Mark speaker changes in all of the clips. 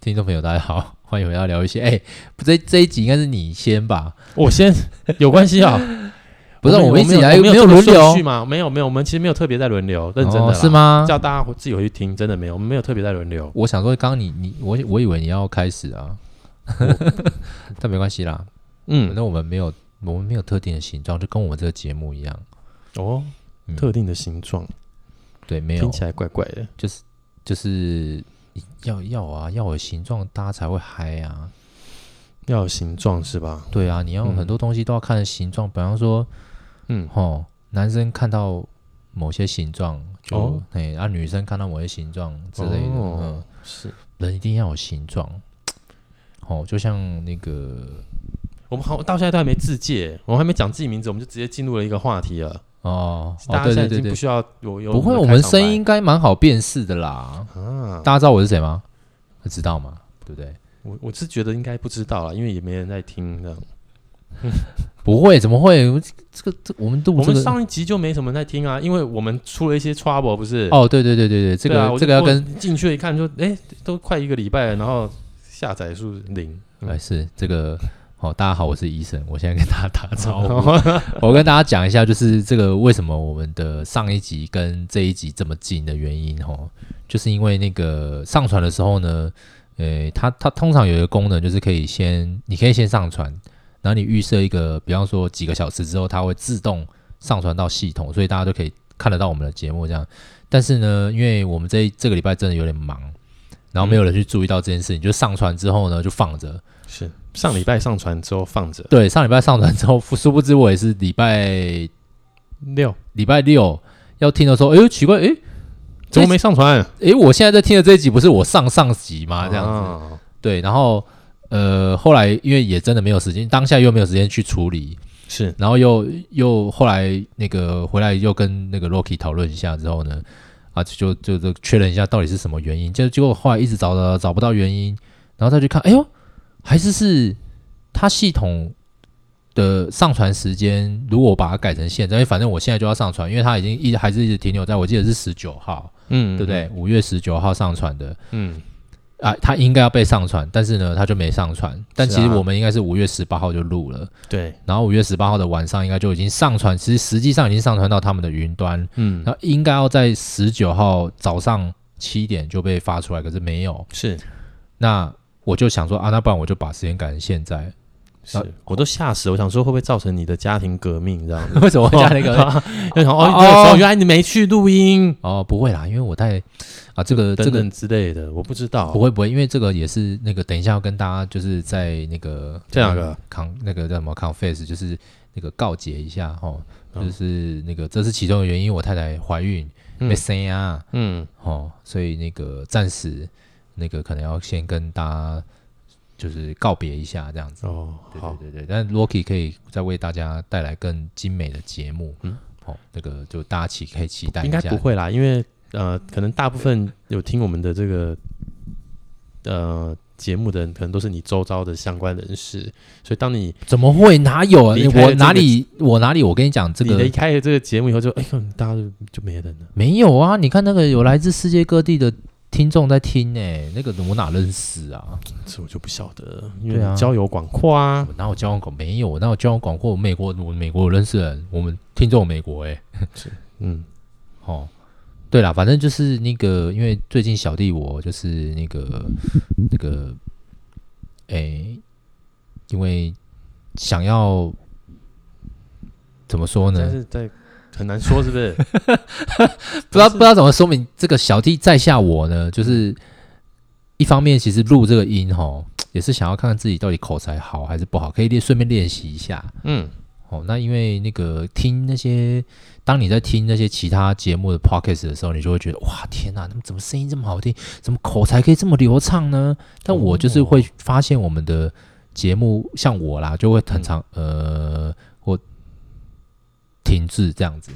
Speaker 1: 听众朋友，大家好，欢迎回到聊一些。哎、不这这一集应该是你先吧？
Speaker 2: 我先有关系啊，
Speaker 1: 不是，
Speaker 2: 我
Speaker 1: 我们一直以来
Speaker 2: 没
Speaker 1: 有
Speaker 2: 有
Speaker 1: 轮流
Speaker 2: 去，吗？没有没有，我们其实没有特别在轮流，认真的、
Speaker 1: 哦是？吗？
Speaker 2: 叫大家自己回去听，真的没有，我们没有特别在轮流。
Speaker 1: 我想说，刚刚你你我我以为你要开始 啊，但没关系啦，反
Speaker 2: 嗯，
Speaker 1: 正我们没有我们没有特定的形状，就跟我们这个节目一样。
Speaker 2: 哦
Speaker 1: 嗯，
Speaker 2: 特定的形状，
Speaker 1: 对，没有
Speaker 2: 听，起来怪怪的。
Speaker 1: 就是要要啊，要有形状，大家才会嗨啊。
Speaker 2: 要有形状是吧？
Speaker 1: 对啊，你要
Speaker 2: 嗯
Speaker 1: 很多东西都要看形状，比方说，
Speaker 2: 嗯，
Speaker 1: 哦，男生看到某些形状就
Speaker 2: 哦
Speaker 1: 哎，啊，女生看到某些形状之类的，
Speaker 2: 哦
Speaker 1: 嗯，
Speaker 2: 是
Speaker 1: 人一定要有形状。哦，就像那个
Speaker 2: 我们好到现在都还没自介，我们还没讲自己名字，我们就直接进入了一个话题了。
Speaker 1: 哦，哦
Speaker 2: 大家
Speaker 1: 对
Speaker 2: 现在
Speaker 1: 对对
Speaker 2: 已经
Speaker 1: 对
Speaker 2: 不，需要有有
Speaker 1: 不会，
Speaker 2: 的
Speaker 1: 我们
Speaker 2: 开场白
Speaker 1: 声音应该蛮好辨识的啦。
Speaker 2: 啊，
Speaker 1: 大家知道我是谁吗？知道吗？对不对？
Speaker 2: 我我是觉得应该不知道了，因为也没人在听这样。
Speaker 1: 不会，怎么会？这个这我们录
Speaker 2: 我
Speaker 1: 这
Speaker 2: 们
Speaker 1: 个
Speaker 2: 上一集就没什么人在听啊，因为我们出了一些 trouble，不是？
Speaker 1: 哦，对对对对对，这
Speaker 2: 对
Speaker 1: 个、
Speaker 2: 啊我
Speaker 1: 这
Speaker 2: 就
Speaker 1: 个要
Speaker 2: 我
Speaker 1: 跟
Speaker 2: 进去一看就，哎，都快一个礼拜了，然后下载数零。嗯
Speaker 1: 哎是这个。哦，大家好，我是医生，我现在跟大家打招
Speaker 2: 哦
Speaker 1: 呼。我跟大家讲一下，就是这个为什么我们的上一集跟这一集这么近的原因哦，就是因为那个上传的时候呢，呃，它它通常有一个功能，就是可以先你可以先上传，然后你预设一个，比方说几个小时之后，它会自动上传到系统，所以大家都可以看得到我们的节目这样。但是呢，因为我们这一这个礼拜真的有点忙，然后没有人去注意到这件事情，就上传之后呢就放着，
Speaker 2: 是上礼拜上传之后放着
Speaker 1: 对，上礼拜上传之后，殊不知我也是礼拜
Speaker 2: 六，
Speaker 1: 礼拜六要听的时候，哎呦奇怪，哎
Speaker 2: 怎么没上传？
Speaker 1: 哎，我现在在听的这一集不是我上上集吗？这样子，
Speaker 2: 啊子，
Speaker 1: 对，然后呃后来因为也真的没有时间，当下又没有时间去处理，
Speaker 2: 是
Speaker 1: 然后又又后来那个回来又跟那个 Rocky 讨论一下之后呢，啊就就就确认一下到底是什么原因，就结果后来一直找找找不到原因，然后再去看，哎呦，还是是它系统的上传时间，如果我把它改成现在，因为反正我现在就要上传，因为它已经一还是一直停留在我记得是十九号，
Speaker 2: 嗯，
Speaker 1: 对不对？？五月十九号上传的，
Speaker 2: 嗯，
Speaker 1: 啊，它应该要被上传，但是呢，它就没上传，但
Speaker 2: 是
Speaker 1: 其实
Speaker 2: 啊
Speaker 1: 我们应该是五月十八号就录了。
Speaker 2: 对，
Speaker 1: 然后五月十八号的晚上应该就已经上传，其实实际上已经上传到他们的云端，
Speaker 2: 嗯，
Speaker 1: 然后应该要在十九号早上七点就被发出来，可是没有。
Speaker 2: 是
Speaker 1: 那我就想说啊，那不然我就把时间改成现在。 啊
Speaker 2: 是，我都吓死，我想说会不会造成你的家庭革命这样 子？
Speaker 1: 为什么会加那个？
Speaker 2: 就想
Speaker 1: 哦
Speaker 2: 哦，那个时候原来你没去录音，
Speaker 1: 哦，不会啦，因为我在啊，这个这
Speaker 2: 等
Speaker 1: 个
Speaker 2: 等之类的，我不知道
Speaker 1: 不。会不会，因为这个也是那个等一下要跟大家就是在那个
Speaker 2: 在哪个
Speaker 1: 扛那个叫什么 confess，就是那个告解一下哦，
Speaker 2: 嗯
Speaker 1: 就是那个这是其中的原因，我太太怀孕
Speaker 2: 嗯
Speaker 1: 被生啊。
Speaker 2: 嗯，
Speaker 1: 哦，所以那个暂时那个可能要先跟大家就是告别一下这样子。
Speaker 2: 哦，
Speaker 1: 对
Speaker 2: 好，
Speaker 1: 对对对，但 Rocky 可以再为大家带来更精美的节目。嗯
Speaker 2: 嗯，
Speaker 1: 哦，那个就大家期可以期待一
Speaker 2: 应
Speaker 1: 下。
Speaker 2: 该不会啦，因为呃，可能大部分有听我们的这个呃节目的人，可能都是你周遭的相关人士，所以当你
Speaker 1: 怎么会？哪有啊？
Speaker 2: 离开了
Speaker 1: 我
Speaker 2: 这
Speaker 1: 哪
Speaker 2: 个
Speaker 1: 里？我哪里？我跟你讲，这
Speaker 2: 你
Speaker 1: 个
Speaker 2: 离开了这个节目以后就，哎呦，大家就就没人了。
Speaker 1: 没有啊！你看那个有来自世界各地的听众在听呢、欸那个我哪认识啊？
Speaker 2: 这我就不晓得了，因为
Speaker 1: 对啊
Speaker 2: 你交友广阔啊，
Speaker 1: 我哪有交往广？没有，我哪有交往广阔？我美国，我美国有认识人，我们听众有美国哎、
Speaker 2: 嗯，
Speaker 1: 哦，对啦，反正就是那个，因为最近小弟我就是那个那个，诶，因为想要怎么说
Speaker 2: 但
Speaker 1: 呢？
Speaker 2: 是在很难说，是 不是？
Speaker 1: 不知道不知道怎么说明这个小弟在下我呢，就是一方面其实录这个音吼，也是想要看看自己到底口才好还是不好，可以练顺便练习一下。
Speaker 2: 嗯，
Speaker 1: 哦，那因为那个听那些，当你在听那些其他节目的 podcast 的时候，你就会觉得哇，天哪，他们怎么声音这么好听，怎么口才可以这么流畅呢？但我
Speaker 2: 哦
Speaker 1: 就是会发现我们的节目，像我啦，就会很常、呃，或停滞这样子。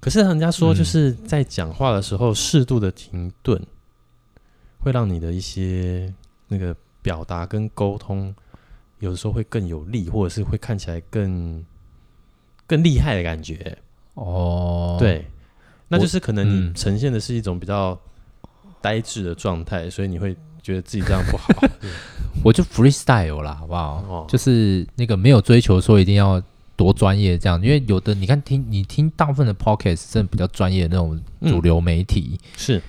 Speaker 2: 可是人家说，
Speaker 1: 嗯
Speaker 2: 就是在讲话的时候适度的停顿，会让你的一些那个表达跟沟通，有的时候会更有力，或者是会看起来更更厉害的感觉。
Speaker 1: 哦，，
Speaker 2: 对，那就是可能
Speaker 1: 嗯
Speaker 2: 你呈现的是一种比较呆滞的状态，所以你会觉得自己这样 不好
Speaker 1: 我就 freestyle 啦，好不好？
Speaker 2: 哦，
Speaker 1: 就是那个没有追求说一定要多专业这样，因为有的你看听你听大部分的 podcast 真的比较专业的那种
Speaker 2: 嗯
Speaker 1: 主流媒体，
Speaker 2: 是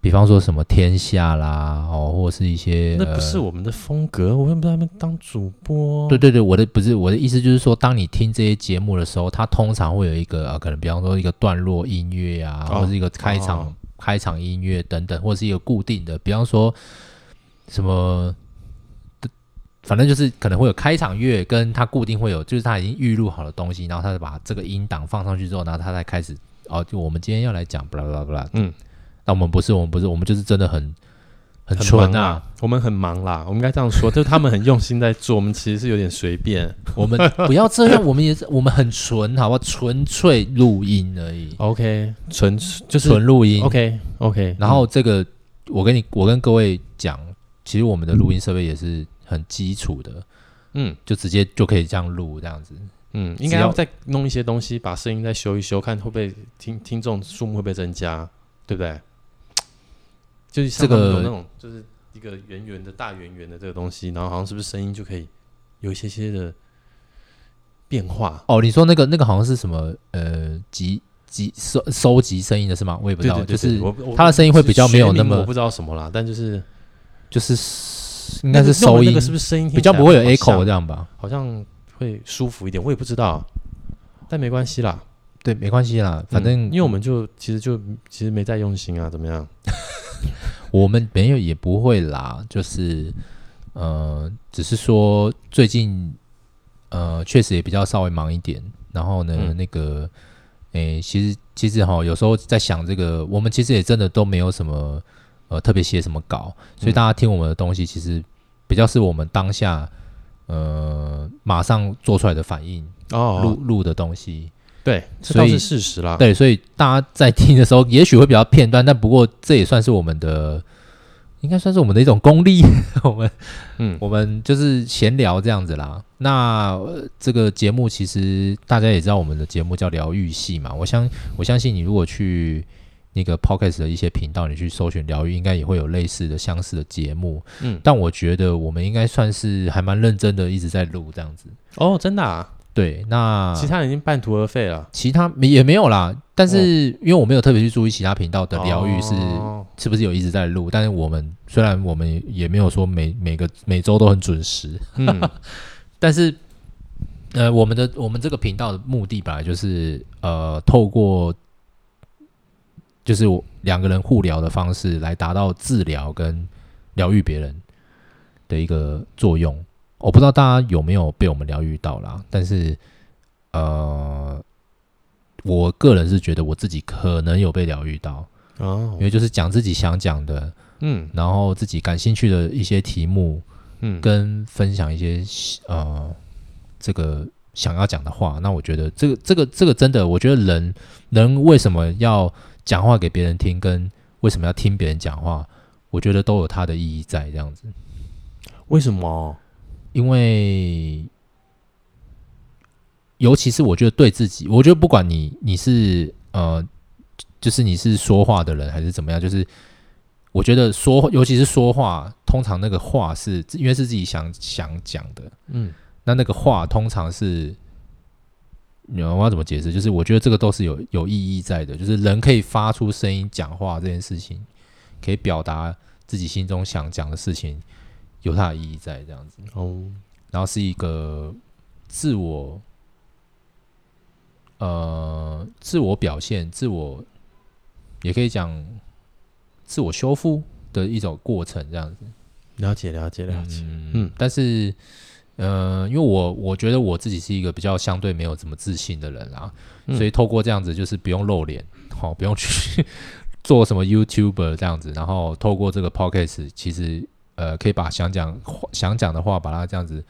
Speaker 1: 比方说什么天下啦，哦，或者是一些
Speaker 2: 那不是
Speaker 1: 呃
Speaker 2: 我们的风格，我们不在那边当主播，
Speaker 1: 对对对，我的不是我的意思，就是说，当你听这些节目的时候，它通常会有一个呃，可能比方说一个段落音乐啊，
Speaker 2: 哦
Speaker 1: 或是一个开场、
Speaker 2: 哦
Speaker 1: 开场音乐等等，或是一个固定的，比方说什么，反正就是可能会有开场乐，跟它固定会有，就是它已经预录好的东西，然后它就把这个音档放上去之后，然后它才开始哦，就我们今天要来讲，巴拉巴拉巴拉。
Speaker 2: 嗯，
Speaker 1: 那我们不是，我们不是，我们就是真的很很
Speaker 2: 很
Speaker 1: 纯
Speaker 2: 忙
Speaker 1: 啊，
Speaker 2: 啦，我们很忙啦，我们应该这样说，就是 他们很用心在做，我们其实是有点随便。
Speaker 1: 我 们不要这样，我们也是我们很纯，好不好？纯粹录音而已，
Speaker 2: OK，纯就是
Speaker 1: 纯录音。
Speaker 2: OK OK，
Speaker 1: 然后这个，我跟你，我跟各位讲，其实我们的录音设备也是很基础的，
Speaker 2: 嗯
Speaker 1: 就直接就可以这样录这样子。
Speaker 2: 嗯，
Speaker 1: 只
Speaker 2: 应该要
Speaker 1: 要
Speaker 2: 再弄一些东西，把声音再修一修，看会不会听听众数目会不会增加，对不对？就是像
Speaker 1: 这个
Speaker 2: 他们有那种，就是一个圆圆的大圆圆的这个东西，然后好像是不是声音就可以有一些些的变化？
Speaker 1: 哦，你说那个那个好像是什么呃集集收收集声音的是吗？我也不知
Speaker 2: 对
Speaker 1: 道，
Speaker 2: 对对对，
Speaker 1: 就是
Speaker 2: 我我
Speaker 1: 他的声音会比较没有那
Speaker 2: 学名我
Speaker 1: 么
Speaker 2: 不知道什么啦，但就是
Speaker 1: 就是应该是
Speaker 2: 那个用
Speaker 1: 收
Speaker 2: 的
Speaker 1: 音
Speaker 2: 那个是不是声音听
Speaker 1: 比较
Speaker 2: 起来
Speaker 1: 不会有
Speaker 2: 好像
Speaker 1: echo 这样吧？
Speaker 2: 好像会舒服一点，我也不知道，但没关系啦，
Speaker 1: 对，没关系啦，反正
Speaker 2: 嗯因为我们就其实就其实没在用心啊，怎么样？
Speaker 1: 我们没有也不会啦，就是呃，只是说最近呃确实也比较稍微忙一点，然后呢，
Speaker 2: 嗯
Speaker 1: 那个诶、其实其实哈，有时候在想这个，我们其实也真的都没有什么呃特别写什么稿，所以
Speaker 2: 嗯
Speaker 1: 大家听我们的东西，其实比较是我们当下呃马上做出来的反应，录
Speaker 2: 哦，
Speaker 1: 录的东西。
Speaker 2: 对，这
Speaker 1: 所
Speaker 2: 倒
Speaker 1: 以
Speaker 2: 是事实啦。
Speaker 1: 对，所以大家在听的时候，也许会比较片段，但不过这也算是我们的，应该算是我们的一种功力。 我们
Speaker 2: 嗯，
Speaker 1: 我们就是闲聊这样子啦。那、呃这个节目其实大家也知道，我们的节目叫疗愈系嘛。我相我相信你如果去那个 Podcast 的一些频道，你去搜寻疗愈，应该也会有类似的相似的节目。
Speaker 2: 嗯
Speaker 1: 但我觉得我们应该算是还蛮认真的，一直在录这样子。
Speaker 2: 哦，真的啊，
Speaker 1: 对，那
Speaker 2: 其他人已经半途而废了。
Speaker 1: 其他没也没有啦，但是因为我没有特别去注意其他频道的疗愈是、
Speaker 2: 哦
Speaker 1: 是不是有一直在录，但是我们虽然我们也没有说每每个每周都很准时，
Speaker 2: 嗯
Speaker 1: 但是呃，我们的我们这个频道的目的本来就是呃，透过就是我两个人互聊的方式来达到治疗跟疗愈别人的一个作用。我不知道大家有没有被我们疗愈到啦，但是呃，我个人是觉得我自己可能有被疗愈到，
Speaker 2: 哦
Speaker 1: 因为就是讲自己想讲的，
Speaker 2: 嗯
Speaker 1: 然后自己感兴趣的一些题目，
Speaker 2: 嗯，
Speaker 1: 跟分享一些呃这个想要讲的话。那我觉得这个这个这个真的，我觉得人人为什么要讲话给别人听，跟为什么要听别人讲话，我觉得都有它的意义在这样子。
Speaker 2: 为什么？
Speaker 1: 因为尤其是我觉得对自己，我觉得不管你你是呃，就是你是说话的人还是怎么样，就是我觉得说，尤其是说话，通常那个话是因为是自己想想讲的，
Speaker 2: 嗯
Speaker 1: 那那个话通常是，你我要怎么解释？就是我觉得这个都是有有意义在的，就是人可以发出声音讲话这件事情，可以表达自己心中想讲的事情，有它的意义在这样子。
Speaker 2: 哦
Speaker 1: 然后是一个自我，呃，自我表现、自我，也可以讲自我修复的一种过程，这样子。
Speaker 2: 了解了解了解。
Speaker 1: 嗯，但是，呃，因为我我觉得我自己是一个比较相对没有怎么自信的人啦，
Speaker 2: 嗯
Speaker 1: 所以透过这样子，就是不用露脸，好、不用去 做什么 YouTuber 这样子，然后透过这个 Podcast，其实呃，可以把想讲话想讲的话，把它这样子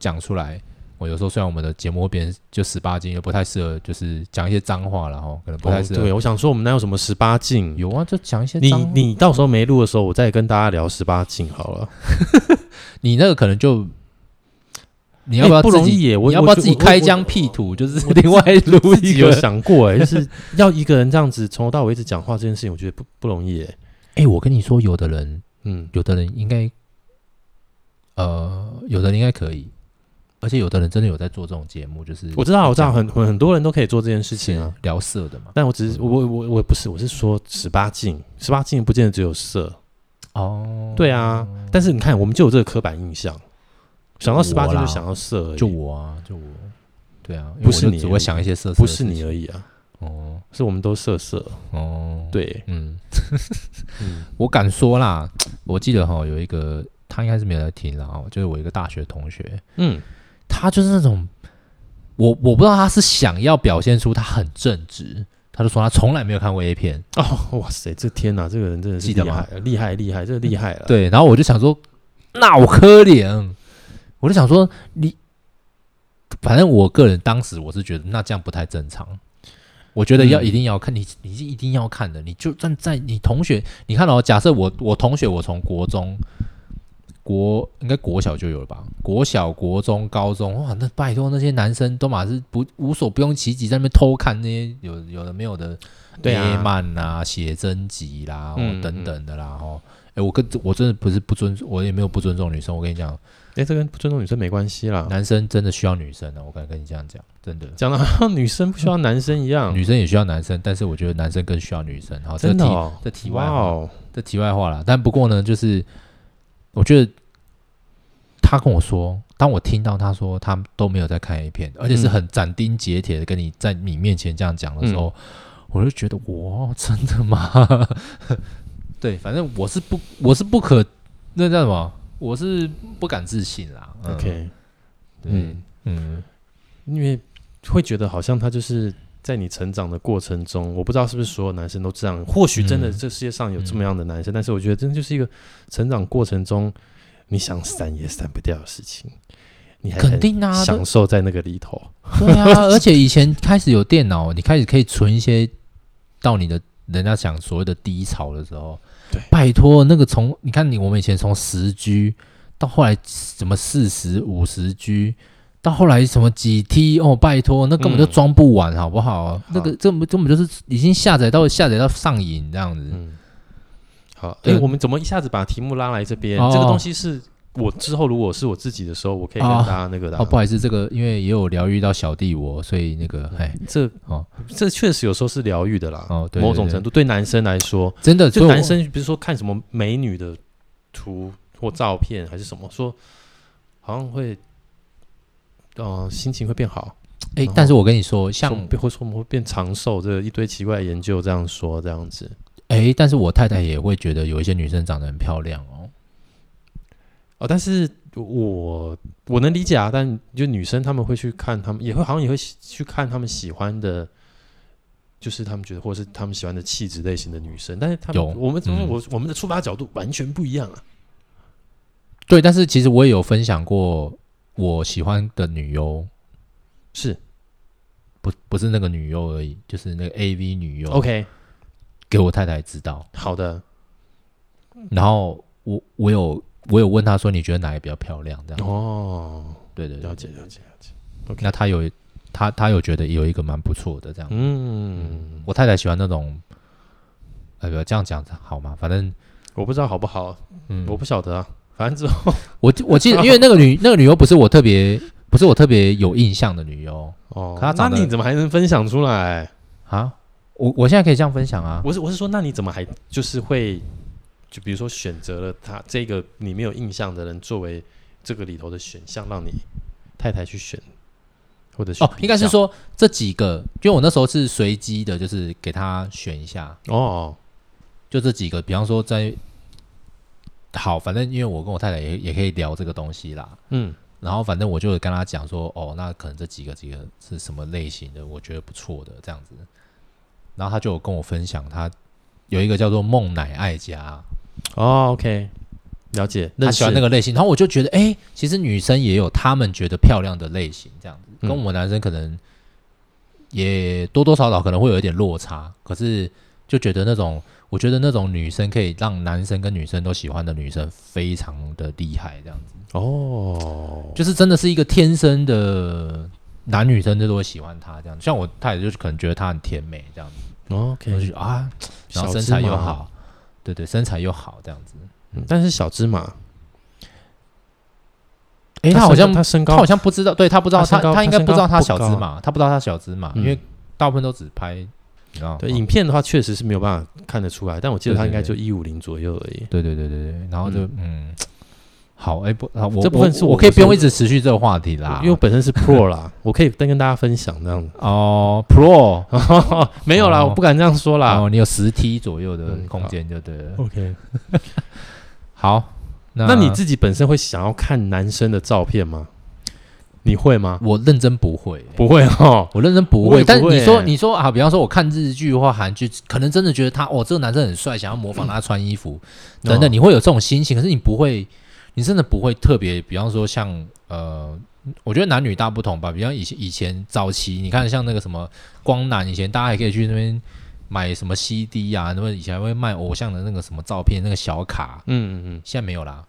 Speaker 1: 讲出来。我有时候虽然我们的节目会变就十八禁，又不太适合，就是讲一些脏话了哈，可能不太
Speaker 2: 哦，
Speaker 1: 适合。
Speaker 2: 对，我想说我们哪有什么十八禁？
Speaker 1: 有啊，就啊讲一些
Speaker 2: 你
Speaker 1: 脏话
Speaker 2: 你到时候没录的时候，我再跟大家聊十八禁好了。
Speaker 1: 你那个可能就你
Speaker 2: 你
Speaker 1: 要不要
Speaker 2: 哎不
Speaker 1: 自
Speaker 2: 容
Speaker 1: 己
Speaker 2: 易耶？我
Speaker 1: 你要
Speaker 2: 我
Speaker 1: 不要
Speaker 2: 觉
Speaker 1: 自己
Speaker 2: 我
Speaker 1: 开
Speaker 2: 我
Speaker 1: 疆辟土，就是另外
Speaker 2: 我
Speaker 1: 录
Speaker 2: 自己
Speaker 1: 一
Speaker 2: 有
Speaker 1: 个？
Speaker 2: 想 过哎、就是要一个人这样子从头到尾一直讲话这件事情，我觉得不不容易哎、
Speaker 1: 哎、我跟你说，有的人
Speaker 2: 嗯，
Speaker 1: 有的人应该，呃，有的人应该可以，而且有的人真的有在做这种节目，就是
Speaker 2: 我知道，我知道，
Speaker 1: 讲
Speaker 2: 很很很多人都可以做这件事情啊
Speaker 1: 嗯是。嗯聊色的嘛。
Speaker 2: 但我只是我我我我不是，我是说十八禁，十八禁不见得只有色，
Speaker 1: 哦，
Speaker 2: 对啊。但是你看，我们就有这个刻板印象，想到十八禁
Speaker 1: 我啦
Speaker 2: 就想到色而已，
Speaker 1: 就我啊，就我，对啊，因为
Speaker 2: 不是
Speaker 1: 我就
Speaker 2: 你
Speaker 1: 只会想一些色色，
Speaker 2: 不是你而已啊，
Speaker 1: 哦
Speaker 2: 是我们都色色。
Speaker 1: 哦，，
Speaker 2: 对，
Speaker 1: 嗯，
Speaker 2: 嗯
Speaker 1: 我敢说啦，我记得哈有一个他应该是没有在听啦，哦就是我一个大学同学，
Speaker 2: 嗯
Speaker 1: 他就是那种，我我不知道他是想要表现出他很正直，他就说他从来没有看过 A 片，
Speaker 2: 哦，哇塞，这天哪，这个人真的是
Speaker 1: 记得
Speaker 2: 厉
Speaker 1: 吗
Speaker 2: 害，厉害，厉害，这个厉害了。，
Speaker 1: 对，然后我就想说，那我可怜，我就想说你，反正我个人当时我是觉得那这样不太正常。我觉得要
Speaker 2: 嗯
Speaker 1: 一定要看，你你是一定要看的。你就算在你同学，你看哦，假设我我同学，我从国中、国应该国小就有了吧？国小、国中、高中，哇，那拜托那些男生都嘛是不无所不用其极，在那边偷看那些有有的没有的
Speaker 2: 对啊
Speaker 1: 漫漫啦、写真集啦、哦
Speaker 2: 嗯、
Speaker 1: 等等的啦，哦，哎，我跟我真的不是不尊，我也没有不尊重女生。我跟你讲，
Speaker 2: 哎，这跟尊重女生没关系啦。
Speaker 1: 男生真的需要女生啊，我敢跟你这样讲，真的，
Speaker 2: 讲的好像女生不需要男生一样，
Speaker 1: 女生也需要男生，但是我觉得男生更需要女生。好，这
Speaker 2: 嗯真
Speaker 1: 题
Speaker 2: 的哦。
Speaker 1: 这题外
Speaker 2: 哇
Speaker 1: 话，
Speaker 2: 哦，
Speaker 1: 这题外话啦。但不过呢，就是我觉得他跟我说，当我听到他说他都没有在看 A 片，而且是
Speaker 2: 嗯
Speaker 1: 很斩钉截铁的跟你在你面前这样讲的时候，我就觉得哇，真的吗？ 对，反正我是不，我是不可那叫什么，我是不敢置信啦。嗯
Speaker 2: OK，
Speaker 1: 对，
Speaker 2: 嗯
Speaker 1: 嗯
Speaker 2: 因为会觉得好像他就是在你成长的过程中，我不知道是不是所有男生都这样，或许真的
Speaker 1: 嗯
Speaker 2: 这世界上有这么样的男生，但是我觉得真的就是一个成长过程中，你想闪也闪不掉的事情，你还
Speaker 1: 肯定啊，
Speaker 2: 很享受在那个里头。
Speaker 1: 对啊，而且以前开始有电脑，你开始可以存一些到你的人家讲所谓的低潮的时候，
Speaker 2: 对
Speaker 1: 拜托那个从你看你我们以前从十 G 到后来什么四十五十 G。到后来什么几 T 哦，拜托，那根本就
Speaker 2: 嗯
Speaker 1: 装不完，好不好？那个
Speaker 2: 好
Speaker 1: 根本根本就是已经下载到下载到上瘾这样子。
Speaker 2: 嗯，好，哎、
Speaker 1: 对
Speaker 2: 我们怎么一下子把题目拉来这边？
Speaker 1: 哦
Speaker 2: 这个东西是我之后如果是我自己的时候，我可以跟
Speaker 1: 哦
Speaker 2: 大家那个的、
Speaker 1: 哦，
Speaker 2: 啊
Speaker 1: 不好意思，这个因为也有疗愈到小弟我，所以那个
Speaker 2: 嗯
Speaker 1: 哎
Speaker 2: 这
Speaker 1: 哦
Speaker 2: 这确实有时候是疗愈的啦，
Speaker 1: 哦，对
Speaker 2: 某种程
Speaker 1: 度
Speaker 2: 度对男生来说，
Speaker 1: 真的，所
Speaker 2: 就
Speaker 1: 以我
Speaker 2: 男生比如说看什么美女的图或照片还是什么，说好像会，呃，心情会变好，
Speaker 1: 哎
Speaker 2: 然后，
Speaker 1: 但是我跟你说，
Speaker 2: 像
Speaker 1: 像
Speaker 2: 或者说我们会变长寿，这一堆奇怪的研究这样说这样子。
Speaker 1: 诶，但是我太太也会觉得有一些女生长得很漂亮哦。
Speaker 2: 哦，但是我我能理解啊，但就女生她们会去看，她们也会好像也会喜去看她们喜欢的，就是她们觉得或是她们喜欢的气质类型的女生，但是她们
Speaker 1: 有
Speaker 2: 我们
Speaker 1: 嗯
Speaker 2: 我我们的出发角度完全不一样啊。
Speaker 1: 对，但是其实我也有分享过我喜欢的女优，
Speaker 2: 是
Speaker 1: 不不是那个女优而已，就是那个 A V 女优
Speaker 2: OK，
Speaker 1: 给我太太知道，
Speaker 2: 好的，嗯
Speaker 1: 然后我我有我有问她说你觉得哪个比较漂亮？这样，
Speaker 2: 哦，
Speaker 1: 对对对，
Speaker 2: 了解了解了解，
Speaker 1: 那她有她她有觉得有一个蛮不错的这样，
Speaker 2: 嗯，
Speaker 1: 我太太喜欢那种，呃，不这样讲好吗？反正
Speaker 2: 我不知道好不好，
Speaker 1: 嗯，
Speaker 2: 我不晓得啊，反正之后
Speaker 1: 我我记得，因为那个 女那个女优不是我特别不是我特别有印象的女优。
Speaker 2: 哦，
Speaker 1: 可她
Speaker 2: 那
Speaker 1: 长得
Speaker 2: 你怎么还能分享出来？
Speaker 1: 啊，我我现在可以这样分享啊。
Speaker 2: 我是我是说，那你怎么还就是会，就比如说选择了他这个你没有印象的人作为这个里头的选项，让你太太去选，或者去
Speaker 1: 哦，
Speaker 2: 比
Speaker 1: 应该是
Speaker 2: 较
Speaker 1: 说这几个，因为我那时候是随机的，就是给他选一下，
Speaker 2: 哦，
Speaker 1: 就这几个。比方说在，好，反正因为我跟我太太也也可以聊这个东西啦。
Speaker 2: 嗯
Speaker 1: 然后反正我就有跟他讲说，哦，那可能这几个几个是什么类型的，我觉得不错的这样子。然后他就有跟我分享，他有一个叫做梦乃爱家，
Speaker 2: 哦，OK，了解，
Speaker 1: 他喜欢那
Speaker 2: 个
Speaker 1: 个类型，然后我就觉得，哎、其实女生也有她们觉得漂亮的类型，这样子，
Speaker 2: 嗯
Speaker 1: 跟我们男生可能也多多少少可能会有一点落差，可是就觉得那种，我觉得那种女生可以让男生跟女生都喜欢的女生，非常的厉害，这样子，
Speaker 2: 哦，
Speaker 1: 就是真的是一个天生的男女生都会喜欢她这样，像我太太就可能觉得她很甜美这样子，
Speaker 2: 哦
Speaker 1: 我就
Speaker 2: ，OK，
Speaker 1: 觉得啊，然后
Speaker 2: 小
Speaker 1: 身
Speaker 2: 芝
Speaker 1: 材又
Speaker 2: 麻
Speaker 1: 好，对对，身材又好这样子，
Speaker 2: 嗯但是小芝麻，
Speaker 1: 诶，
Speaker 2: 他
Speaker 1: 他好像
Speaker 2: 他身
Speaker 1: 他
Speaker 2: 高
Speaker 1: 好像不知道，对他不知道，
Speaker 2: 他身
Speaker 1: 他
Speaker 2: 高
Speaker 1: 他应该
Speaker 2: 他身
Speaker 1: 不知道
Speaker 2: 高
Speaker 1: 他
Speaker 2: 不
Speaker 1: 小
Speaker 2: 高
Speaker 1: 芝
Speaker 2: 啊嗯
Speaker 1: 麻，他不知道他小芝麻，因为大部分都只拍，你知道吗？
Speaker 2: 对影片的话，确实是没有办法看得出来，但我记得
Speaker 1: 对
Speaker 2: 他
Speaker 1: 对
Speaker 2: 应该
Speaker 1: 对
Speaker 2: 就一五零左右而已。
Speaker 1: 对对对对对，然后就嗯，好，哎不，啊我
Speaker 2: 这部分
Speaker 1: 我
Speaker 2: 是
Speaker 1: 我
Speaker 2: 我
Speaker 1: 可以不用
Speaker 2: 我
Speaker 1: 一直持续这个话题啦，
Speaker 2: 因为我本身是 Pro 啦， 我可以再跟大家分享这样子。
Speaker 1: 哦 Pro
Speaker 2: 没有啦，
Speaker 1: 哦
Speaker 2: 我不敢这样说啦。
Speaker 1: 哦，你有十 T 左右的
Speaker 2: 嗯
Speaker 1: 空间就对了。
Speaker 2: OK，
Speaker 1: 好，那
Speaker 2: 那你自己本身会想要看男生的照片吗？你会吗？
Speaker 1: 我认真不会，
Speaker 2: 不会哦。
Speaker 1: 我认真不
Speaker 2: 我
Speaker 1: 会。
Speaker 2: 也不
Speaker 1: 但
Speaker 2: 会
Speaker 1: 你说
Speaker 2: 欸
Speaker 1: 你说啊，比方说我看日剧或韩剧，可能真的觉得他哦，这个男生很帅，想要模仿他穿衣服等
Speaker 2: 哦
Speaker 1: 等，你会有这种心情，可是你不会，你真的不会特别，比方说像呃。我觉得男女大不同吧，比方以前以前早期，你看像那个什么光南，以前大家还可以去那边买什么 CD 啊，那么以前还会卖偶像的那个什么照片、那个小卡，
Speaker 2: 嗯嗯
Speaker 1: 现在没有啦。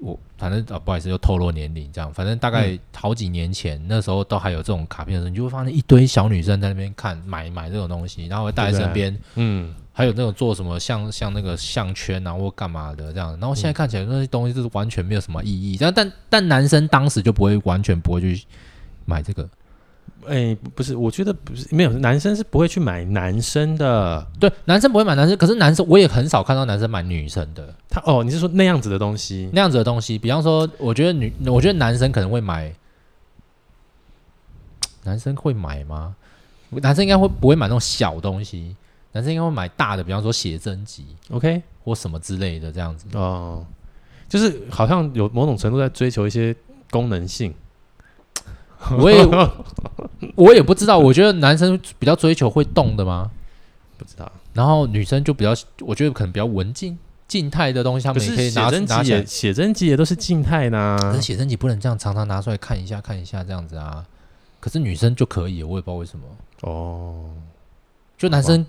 Speaker 1: 我反正啊，不好意思，又透露年龄这样。反正大概好几年前，那时候都还有这种卡片的时候，你就会发现一堆小女生在那边看买买这种东西，然后会带在身边，
Speaker 2: 嗯
Speaker 1: 还有那种做什么像像那个项圈啊或干嘛的这样。然后现在看起来那些东西就是完全没有什么意义。但但但男生当时就不会完全不会去买这个。
Speaker 2: 嗯，哎、不是，我觉得不是，没有，男生是不会去买男生的。
Speaker 1: 对，男生不会买男生，可是男生我也很少看到男生买女生的
Speaker 2: 他哦，你是说那样子的东西？
Speaker 1: 那样子的东西。比方说，我觉得女，我觉得男生可能会买，男生会买吗？男生应该会不会买那种小东西？男生应该会买大的，比方说写真集
Speaker 2: OK，
Speaker 1: 或什么之类的这样子。
Speaker 2: 哦，就是好像有某种程度在追求一些功 能性。
Speaker 1: 我也我也不知道，我觉得男生比较追求会动的吗？
Speaker 2: 不知道，
Speaker 1: 然后女生就比较，我觉得可能比较文静、静态的东西，他
Speaker 2: 可
Speaker 1: 们
Speaker 2: 是
Speaker 1: 也可以
Speaker 2: 写
Speaker 1: 拿
Speaker 2: 真
Speaker 1: 拿
Speaker 2: 集
Speaker 1: 起来嗯
Speaker 2: 也。写真集也都是静态啊呢。
Speaker 1: 可是写真集不能这样常常拿出来看一下看一下这样子啊。可是女生就可以，我也不知道为什么。
Speaker 2: 哦，
Speaker 1: 就男生，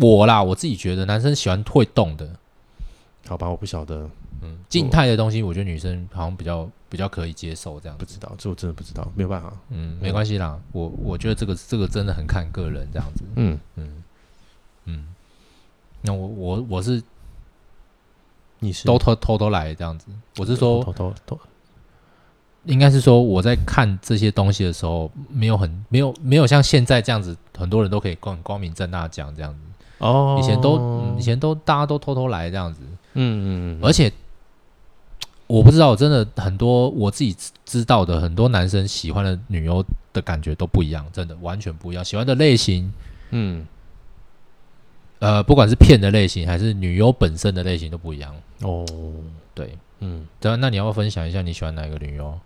Speaker 1: 我啦，我自己觉得男生喜欢会动的，
Speaker 2: 好吧，我不晓得，
Speaker 1: 嗯，静态的东西，我觉得女生好像比较比较可以接受这样
Speaker 2: 不
Speaker 1: 子。
Speaker 2: 知道，这我真的不知道，没有办法。
Speaker 1: 嗯，没关系啦，我我觉得这个这个真的很看个人这样子。
Speaker 2: 嗯，
Speaker 1: 嗯嗯，那我我我是
Speaker 2: 你是
Speaker 1: 都偷偷偷来这样子，我是说，
Speaker 2: 偷偷偷
Speaker 1: 应该是说我在看这些东西的时候，没有很没有没有像现在这样子，很多人都可以光光明正大讲这样子。
Speaker 2: 哦，
Speaker 1: 以前都、嗯以前都大家都偷偷来这样子，
Speaker 2: 嗯嗯嗯
Speaker 1: 而且我不知道，真的很多我自己知知道的很多男生喜欢的女优的感觉都不一样，真的完全不一样。喜欢的类型，
Speaker 2: 嗯
Speaker 1: 呃，不管是片的类型还是女优本身的类型都不一样。
Speaker 2: 哦
Speaker 1: 对，
Speaker 2: 嗯，
Speaker 1: 对啊，那你要不要分享一下你喜欢哪一个女优？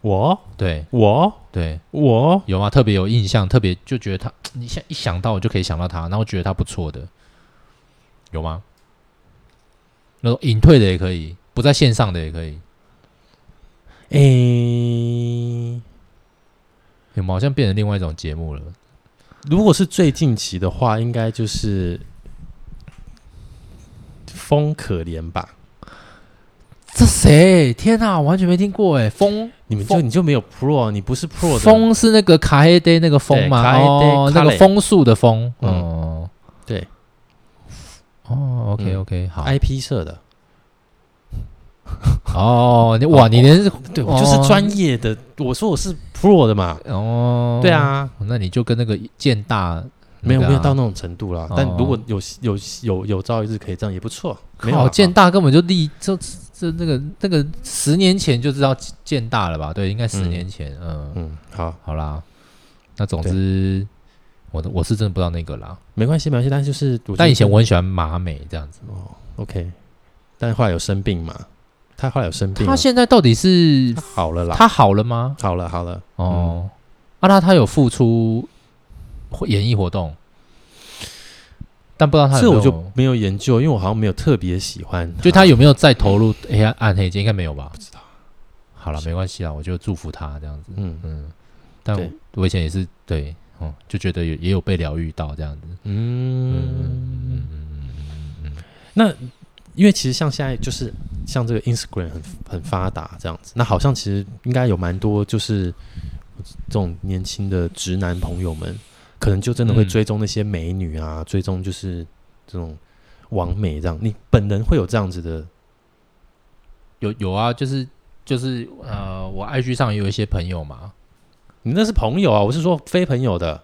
Speaker 2: 我
Speaker 1: 对
Speaker 2: 我
Speaker 1: 对，
Speaker 2: 我
Speaker 1: 有吗？特别有印象，特别就觉得她，你想一想到我就可以想到她，然后觉得她不错的，有吗？那种隐退的也可以，不在线上的也可以。
Speaker 2: 诶，
Speaker 1: 有吗？好像变成另外一种节目了。
Speaker 2: 如果是最近期的话，应该就是风可怜吧？
Speaker 1: 这谁？天哪，完全没听过哎！风
Speaker 2: 你们就
Speaker 1: 风
Speaker 2: 你就没有 Pro，你啊不是 Pro 的
Speaker 1: 风是那个卡黑呆那个风吗？
Speaker 2: 对卡黑呆
Speaker 1: 哦，
Speaker 2: 卡
Speaker 1: 那个
Speaker 2: 雷
Speaker 1: 枫树的枫。
Speaker 2: 嗯
Speaker 1: 哦，
Speaker 2: 对
Speaker 1: 哦，OK
Speaker 2: 嗯
Speaker 1: OK，好。
Speaker 2: IP 社的，
Speaker 1: 哦，你哇，
Speaker 2: 哦
Speaker 1: 你连
Speaker 2: 对，
Speaker 1: 哦
Speaker 2: 我就是专业的。我说我是 Pro 的嘛，
Speaker 1: 哦，
Speaker 2: 对，啊，
Speaker 1: 那你就跟那个建大
Speaker 2: 没有
Speaker 1: 那
Speaker 2: 没
Speaker 1: 个
Speaker 2: 有
Speaker 1: 啊
Speaker 2: 到那种程度啦。但
Speaker 1: 哦
Speaker 2: 如果有有有有朝一日可以这样也不错，没有啊
Speaker 1: 靠
Speaker 2: 啦
Speaker 1: 建大根本就立这这那个那个十年前就知道建大了吧？对，应该十
Speaker 2: 嗯
Speaker 1: 年前。嗯，
Speaker 2: 嗯，好，
Speaker 1: 好啦，那总之。我的我是真的不知道那个啦，
Speaker 2: 没关系没关系，但是就是我觉得
Speaker 1: 但以前我很喜欢马美这样子。
Speaker 2: OK，但后来有生病嘛，他后来有生病
Speaker 1: 他
Speaker 2: 了，
Speaker 1: 现在到底是
Speaker 2: 他好了啦，
Speaker 1: 他好了吗？
Speaker 2: 好了好了，
Speaker 1: 哦，啊，那他有付出演艺活动，但不知道他
Speaker 2: 这
Speaker 1: 有没
Speaker 2: 我就
Speaker 1: 有，
Speaker 2: 没有研究，因为我好像没有特别喜欢，
Speaker 1: 就他有没有再投入黑暗暗黑界，应该没有吧？不知道。好了，没关系啊，我就祝福他这样子。
Speaker 2: 嗯
Speaker 1: 嗯，但
Speaker 2: 对
Speaker 1: 我以前也是对，哦，就觉得有也有被疗愈到这样子。
Speaker 2: 嗯，那因为其实像现在就是像这个 Instagram 很很发达这样子，那好像其实应该有蛮多就是这种年轻的直男朋友们，可能就真的会
Speaker 1: 嗯
Speaker 2: 追踪那些美女啊，追踪就是这种完美这样。你本人会有这样子的，
Speaker 1: 有有啊，就是就是呃，我 IG 上也有一些朋友嘛。
Speaker 2: 你那是朋友啊，我是说非朋友的。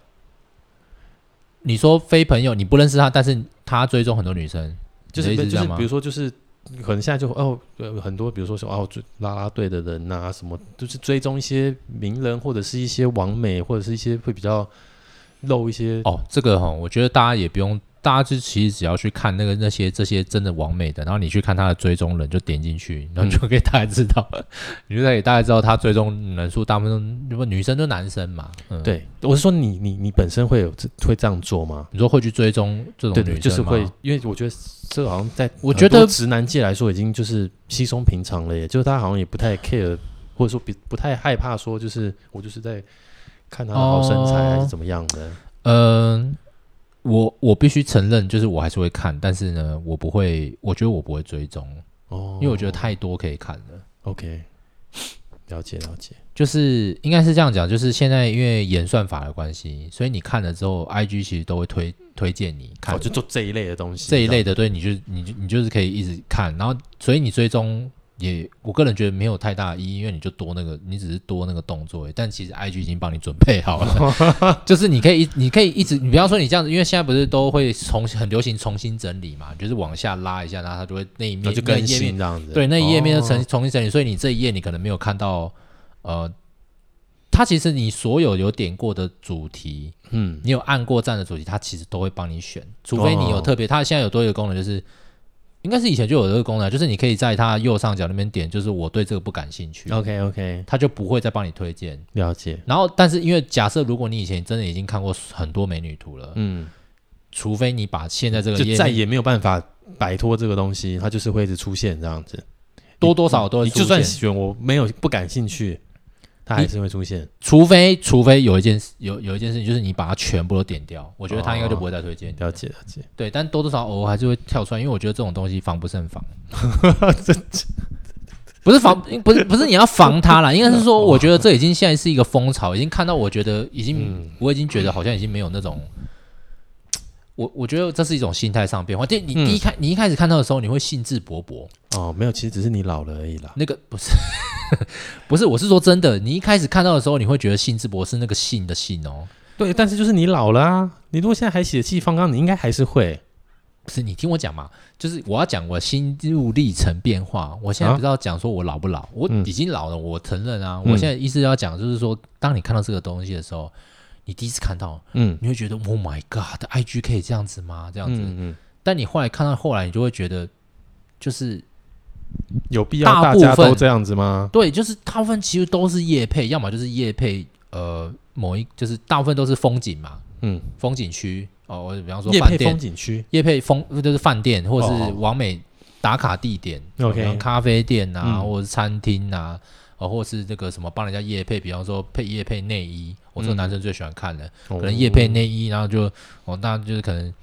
Speaker 1: 你说非朋友，你不认识他，但是他追踪很多女生，
Speaker 2: 就是
Speaker 1: 你的意思
Speaker 2: 就是
Speaker 1: 这
Speaker 2: 是
Speaker 1: 样吗
Speaker 2: 比如说就是可能现在就哦呃很多比如说说哦追啦啦队的人呐、什么就是追踪一些名人或者是一些网美或者是一些会比较露一些
Speaker 1: 哦，这个哈、我觉得大家也不用，大家就其实只要去看那个那些这些真的完美的，然后你去看他的追踪人，就点进去，
Speaker 2: 嗯
Speaker 1: 然后就可以大概知道，你就可以大概知道他追踪人数大部分都女生都男生嘛。嗯，，
Speaker 2: 对，我是说你你你本身会有这会这样做吗？
Speaker 1: 你说会去追踪这
Speaker 2: 对
Speaker 1: 种女生
Speaker 2: 对，
Speaker 1: 吗
Speaker 2: 就是会，因为我觉得这好像在
Speaker 1: 我
Speaker 2: 很
Speaker 1: 觉
Speaker 2: 多
Speaker 1: 得
Speaker 2: 直男界来说已经就是稀松平常了耶，就是他好像也不太 care，或者说比不太害怕说就是我就是在看他的好身材还是
Speaker 1: 哦
Speaker 2: 怎么样的，
Speaker 1: 嗯、我我必须承认，就是我还是会看，但是呢，我不会，我觉得我不会追踪，
Speaker 2: 哦，
Speaker 1: 因为我觉得太多可以看了。
Speaker 2: OK，了解了解，
Speaker 1: 就是应该是这样讲，就是现在因为演算法的关系，所以你看了之后，IG 其实都会推推荐你看、
Speaker 2: 哦，就做这一类的东西，
Speaker 1: 这一类的，对，你就你就你就是可以一直看，然后所以你追踪也，我个人觉得没有太大的意义，因为你就多那个，你只是多那个动作而已，但其实 IG 已经帮你准备好了， 就是你可以一你可以一直，你不要说你这样子，因为现在不是都会重很流行重新整理嘛，就是往下拉一下，然后它就会那一
Speaker 2: 你知道，
Speaker 1: 面
Speaker 2: 那就
Speaker 1: 那个
Speaker 2: 更
Speaker 1: 页面
Speaker 2: 新这样子，
Speaker 1: 对，那一页面
Speaker 2: 哦
Speaker 1: 就重重新整理，所以你这一页你可能没有看到，呃，它其实你所有有点过的主题，
Speaker 2: 嗯，
Speaker 1: 你有按过赞的主题，它其实都会帮你选，除非你有
Speaker 2: 哦
Speaker 1: 特别，它现在有多一个功能就是。应该是以前就有这个功能，啊就是你可以在它右上角那边点，就是我对这个不感兴趣，
Speaker 2: OK OK，
Speaker 1: 它就不会再帮你推荐。
Speaker 2: 了解，
Speaker 1: 然后，但是因为假设如果你以前真的已经看过很多美女图了，
Speaker 2: 嗯，
Speaker 1: 除非你把现在这个
Speaker 2: 就
Speaker 1: 页
Speaker 2: 再
Speaker 1: 面
Speaker 2: 也没有办法摆脱这个东西，它就是会一直出现这样子，
Speaker 1: 多多少少都会
Speaker 2: 你
Speaker 1: 出
Speaker 2: 就算
Speaker 1: 现
Speaker 2: 选我没有不感兴趣，它还是会出现，
Speaker 1: 除非除非有一件事有有一件事情，就是你把它全部都点掉，我觉得他应该就不会再推荐你。
Speaker 2: 了解了解，
Speaker 1: 对，但多多少少偶尔还是会跳出来，因为我觉得这种东西防不胜防。 不是防，不是不是你要防它啦，应该是说，我觉得这已经现在是一个风潮，已经看到，我觉得已经、我已经觉得好像已经没有那种，我我觉得这是一种心态上变化。对，你
Speaker 2: 嗯
Speaker 1: 第一开、你一开始看到的时候，你会兴致勃勃，
Speaker 2: 哦，没有，其实只是你老了而已啦，
Speaker 1: 那个不是 不是，我是说真的，你一开始看到的时候，你会觉得兴致勃勃是那个性的性哦，
Speaker 2: 对，但是就是你老了啊，你如果现在还血气方刚，你应该还是会，
Speaker 1: 不是你听我讲嘛，就是我要讲我心路历程变化。我现在
Speaker 2: 啊
Speaker 1: 不知道讲说我老不老，我
Speaker 2: 嗯
Speaker 1: 已经老了，我承认啊。
Speaker 2: 嗯
Speaker 1: 我现在意思要讲就是说，当你看到这个东西的时候，你第一次看到，
Speaker 2: 嗯，
Speaker 1: 你会觉得 Oh my God，IG 可以这样子吗？这
Speaker 2: 这
Speaker 1: 样子。
Speaker 2: 嗯，
Speaker 1: 但你后来看到后来，你就会觉得，就是
Speaker 2: 有必要
Speaker 1: 大
Speaker 2: 大
Speaker 1: 部
Speaker 2: 家都
Speaker 1: 分
Speaker 2: 这样子吗？
Speaker 1: 对，就是大部分其实都是夜配，要么就是夜配，呃，某一就是大部分都是风景嘛，
Speaker 2: 嗯，
Speaker 1: 风景区哦，我比方说
Speaker 2: 夜
Speaker 1: 饭
Speaker 2: 配
Speaker 1: 店
Speaker 2: 风，景区，
Speaker 1: 夜配风就是饭店或者是
Speaker 2: 哦
Speaker 1: 完美打卡地点
Speaker 2: OK
Speaker 1: 然后咖啡店啊，
Speaker 2: 嗯
Speaker 1: 或者是餐厅啊，哦，或是这个什么帮人家夜配，比方说配夜配内衣，我这个
Speaker 2: 嗯哦
Speaker 1: 男生最喜欢看的，
Speaker 2: 可
Speaker 1: 可能夜配内衣，然后就哦，那就是可能。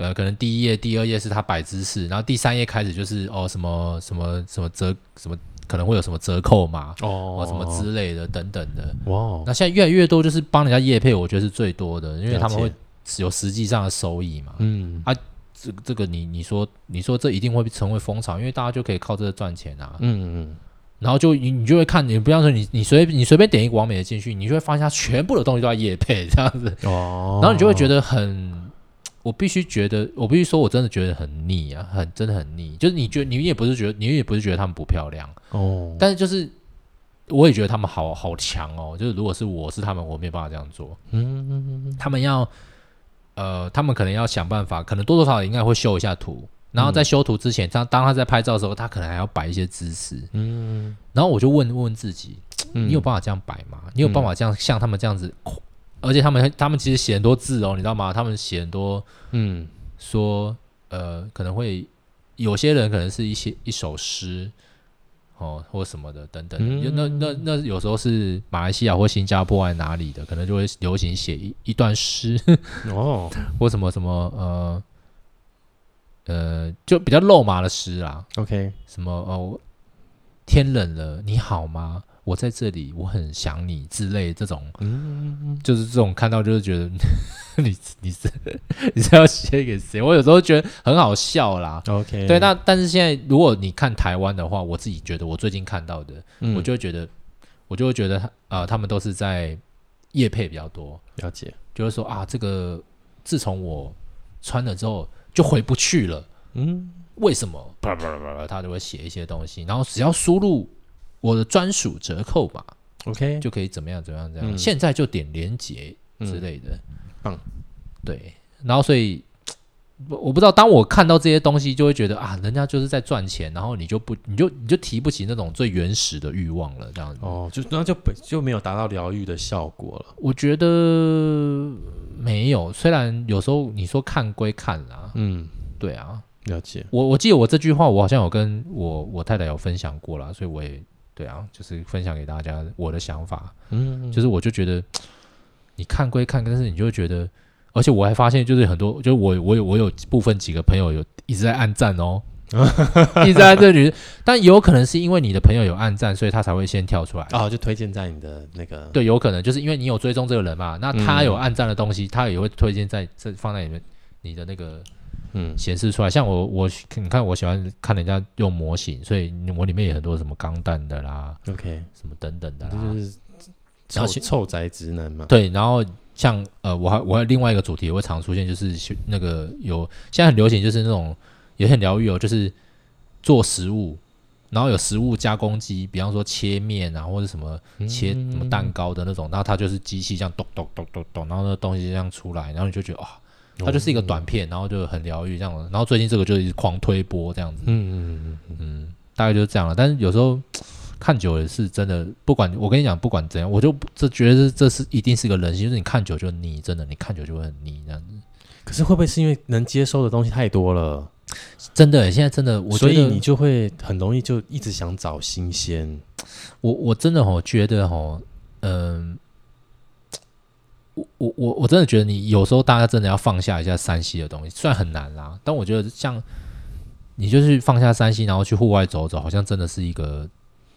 Speaker 1: 呃，可能第一页、第二页是他摆姿势，然后第三页开始就是哦什么什么什么折什么，可能会有什么折扣嘛，
Speaker 2: 哦
Speaker 1: 哦什么之类的等等的。
Speaker 2: 哇，哦
Speaker 1: 那现在越来越多就是帮人家业配，我觉得是最多的，因为
Speaker 2: 了
Speaker 1: 他们
Speaker 2: 解
Speaker 1: 会有实际上的收益嘛。
Speaker 2: 嗯
Speaker 1: 这这个你你说你说这一定会成为风潮，因为大家就可以靠这个赚钱啊。
Speaker 2: 嗯嗯，
Speaker 1: 然后就你你就会看，你不要说你你随你随便点一个完美的进去，你就会发现它全部的东西都在夜配这样子，嗯
Speaker 2: 哦
Speaker 1: 然后你就会觉得很，我必须觉得我必须说我真的觉得很腻啊，很真的很腻。就是你觉得你也不是觉得你也不是觉得他们不漂亮，
Speaker 2: 哦，
Speaker 1: 但是就是我也觉得他们好好强哦。就是如果是我是他们，我没有办法这样做。
Speaker 2: 嗯，
Speaker 1: 他们要呃，他们可能要想办法，可能多多少少应该会修一下图，然后在修图之前，他当他在拍照的时候，他可能还要摆一些姿势。
Speaker 2: 嗯，
Speaker 1: 然后我就问问自己，
Speaker 2: 嗯
Speaker 1: 你有办法这样摆吗？你有办法这样像他们这样子？而且他们他们其实写很多字哦，你知道吗？他们写很多
Speaker 2: 嗯
Speaker 1: 说呃，可能会有些人可能是一些一首诗。哦，或什么的等等的，就那那那有时候是马来西亚或新加坡还是哪里的，可能就会流行写一一段诗，
Speaker 2: 哦，
Speaker 1: 或什么什么呃呃，就比较肉麻的诗啦，
Speaker 2: OK，
Speaker 1: 什么哦，天冷了，你好吗？我在这里，我很想你之类这种，
Speaker 2: 嗯，
Speaker 1: 就是这种看到就是觉得 你你是 你是要写给谁？我有时候觉得很好笑啦。
Speaker 2: OK，
Speaker 1: 对，那但是现在如果你看台湾的话，我自己觉得我最近看到的，
Speaker 2: 嗯
Speaker 1: 我就会觉得我就会觉得啊、呃他们都是在夜配比较多，
Speaker 2: 了解，
Speaker 1: 就是说啊，这个自从我穿了之后就回不去了。
Speaker 2: 嗯，
Speaker 1: 为什么？叭叭叭叭，他就会写一些东西，然后只要输入我的专属折扣码，
Speaker 2: OK，
Speaker 1: 就可以怎么样怎么样怎么样。
Speaker 2: 嗯
Speaker 1: 现在就点连接之
Speaker 2: 嗯
Speaker 1: 类的，
Speaker 2: 棒。
Speaker 1: 对，然后所以我我不知道，当我看到这些东西，就会觉得啊，人家就是在赚钱，然后你就不，你就你就提不起那种最原始的欲望了，这样子。
Speaker 2: 哦，就那就本就没有达到疗愈的效果了。
Speaker 1: 我觉得没有，虽然有时候你说看归看啦，
Speaker 2: 嗯，
Speaker 1: 对啊，
Speaker 2: 了解。
Speaker 1: 我我记得我这句话，我好像有跟我我太太有分享过啦，所以我也对啊，就是分享给大家我的想法，
Speaker 2: 嗯，
Speaker 1: 就是我就觉得你看归看，但是你就会觉得，而且我还发现就是很多，就是我我有我有部分几个朋友有一直在暗赞哦，一直在这里，但有可能是因为你的朋友有暗赞，所以他才会先跳出来。
Speaker 2: 啊，就推荐在你的那个
Speaker 1: 对，有可能就是因为你有追踪这个人嘛，那他有暗赞的东西，他也会推荐在这放在你们你的那个
Speaker 2: 嗯
Speaker 1: 显示出来。像我我你看我喜欢看人家用模型，所以我里面也很多什么钢弹的啦，
Speaker 2: ，OK，
Speaker 1: 什么等等的啊
Speaker 2: 这
Speaker 1: 啦。
Speaker 2: 就是
Speaker 1: 然
Speaker 2: 臭
Speaker 1: 后先
Speaker 2: 臭宅直男嘛。
Speaker 1: 对，然后像呃，我还我还有另外一个主题也会常出现，就是喜那个有现在很流行，就是那种也很疗愈哦，就是做食物，然后有食物加工机，比方说切面啊，或者什么
Speaker 2: 嗯
Speaker 1: 切什么蛋糕的那种，然后它就是机器这样咚咚咚咚咚，然后那东西就这样出来，然后你就觉得哇、它就是一个短片，然后就很疗愈这样的。然后最近这个就是狂推播这样子，
Speaker 2: 嗯，嗯嗯嗯
Speaker 1: 嗯，大概就是这样了。但是有时候看久了是真的，不管我跟你讲，不管怎样，我就不这觉得这是一定是个人性，就是你看久就腻，真的，你看久就会很腻这样子。
Speaker 2: 可是会不会是因为能接收的东西太多了，
Speaker 1: 真的，现在真的，我觉
Speaker 2: 所
Speaker 1: 得
Speaker 2: 以你就会很容易就一直想找新鲜？
Speaker 1: 我我真的吼觉得吼，嗯、我我我我真的觉得你有时候大家真的要放下一下山西的东西，虽然很难啦，但我觉得像你就是放下山西，然后去户外走走，好像真的是一个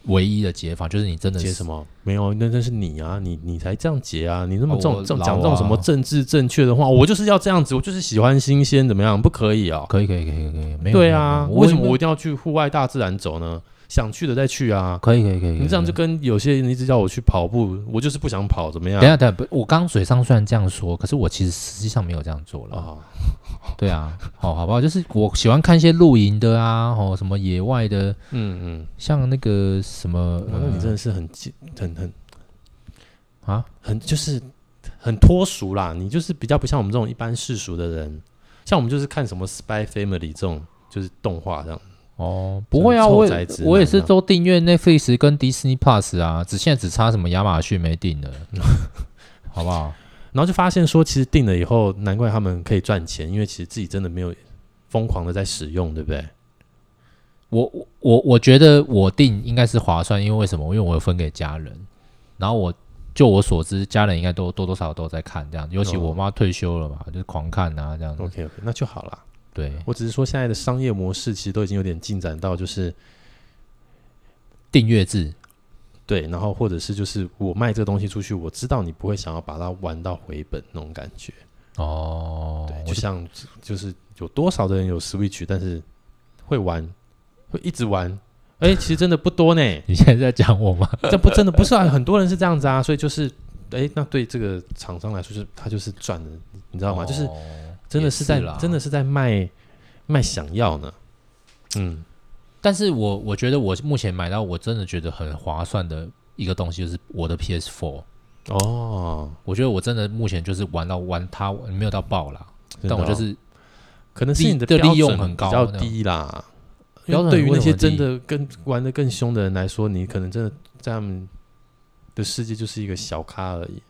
Speaker 1: 唯一的解法，就是你真的
Speaker 2: 接
Speaker 1: 是
Speaker 2: 什么？没有，那那是你啊，你你才这样结啊！你那么
Speaker 1: 哦
Speaker 2: 这种
Speaker 1: 我
Speaker 2: 这种
Speaker 1: 老
Speaker 2: 讲这种什么
Speaker 1: 啊
Speaker 2: 政治正确的话，我就是要这样子，我就是喜欢新鲜，怎么样？不可以哦。
Speaker 1: 可以可以可以可以，没有
Speaker 2: 对
Speaker 1: 没有
Speaker 2: 啊，
Speaker 1: 没有
Speaker 2: 为什么我
Speaker 1: 我
Speaker 2: 一定要去户外大自然走呢？想去的再去啊。
Speaker 1: 可以可以可以？
Speaker 2: 你这样就
Speaker 1: 可
Speaker 2: 跟有些人一直叫我去跑步，我就是不想跑，怎么
Speaker 1: 以
Speaker 2: 样
Speaker 1: 等一？下等一下，不我刚嘴上虽然这样说，可是我其实实际上没有这样做了。
Speaker 2: 啊，
Speaker 1: 对啊， 好好不好？就是我喜欢看一些露营的啊，哦什么野外的，
Speaker 2: 嗯
Speaker 1: 像那个什么
Speaker 2: 嗯，，哇那你真的是很记很很
Speaker 1: 呃啊，
Speaker 2: 很就是很脱俗啦，你就是比较不像我们这种一般世俗的人，像我们就是看什么《Spy Family》这种就是动画这样。
Speaker 1: 哦，不会啊，
Speaker 2: 嗯臭
Speaker 1: 我
Speaker 2: 宅
Speaker 1: 也
Speaker 2: 直男啊
Speaker 1: 我也是都订阅 Netflix 跟 Disney Plus 啊，只现在只差什么亚马逊没订 了，好不好？
Speaker 2: 然后就发现说，其实定了以后，难怪他们可以赚钱，因为其实自己真的没有疯狂的在使用，对不对？
Speaker 1: 我我我我觉得我订应该是划算，因为为什么？因为我有分给家人，然后我就我所知，家人应该都多多少少都在看这样，尤其
Speaker 2: 哦
Speaker 1: 我妈退休了嘛，就是狂看啊这样子。
Speaker 2: OK OK，那就好啦。
Speaker 1: 对，
Speaker 2: 我只是说现在的商业模式其实都已经有点进展到就是
Speaker 1: 订阅制，
Speaker 2: 对，然后或者是就是我卖这个东西出去，我知道你不会想要把它玩到回本那种感觉。
Speaker 1: 哦，
Speaker 2: 对，
Speaker 1: 我
Speaker 2: 就像就是有多少的人有 Switch，但是会玩，会一直玩。哎、其实真的不多呢，
Speaker 1: 你现在在讲我吗？
Speaker 2: 这不真的不是啊，很多人是这样子啊，所以就是，哎、那对这个厂商来说、就是他就是赚的，你知道吗？就是真的是
Speaker 1: 哦
Speaker 2: 在
Speaker 1: 也是啦
Speaker 2: 真的是在卖卖想要呢。嗯，
Speaker 1: 但是我我觉得我目前买到我真的觉得很划算的一个东西，就是我的 PS4。
Speaker 2: 哦，
Speaker 1: 我觉得我真的目前就是玩到玩它没有到爆啦，
Speaker 2: 真的
Speaker 1: 但我就
Speaker 2: 哦
Speaker 1: 是
Speaker 2: 可能是你的
Speaker 1: 利
Speaker 2: 标准
Speaker 1: 利用很高
Speaker 2: 比较低啦。因
Speaker 1: 标准
Speaker 2: 为对于那
Speaker 1: 为什
Speaker 2: 些
Speaker 1: 么
Speaker 2: 真
Speaker 1: 低
Speaker 2: 的跟玩的更凶的人来说，你可能真的在他们的世界就是一个小咖而已，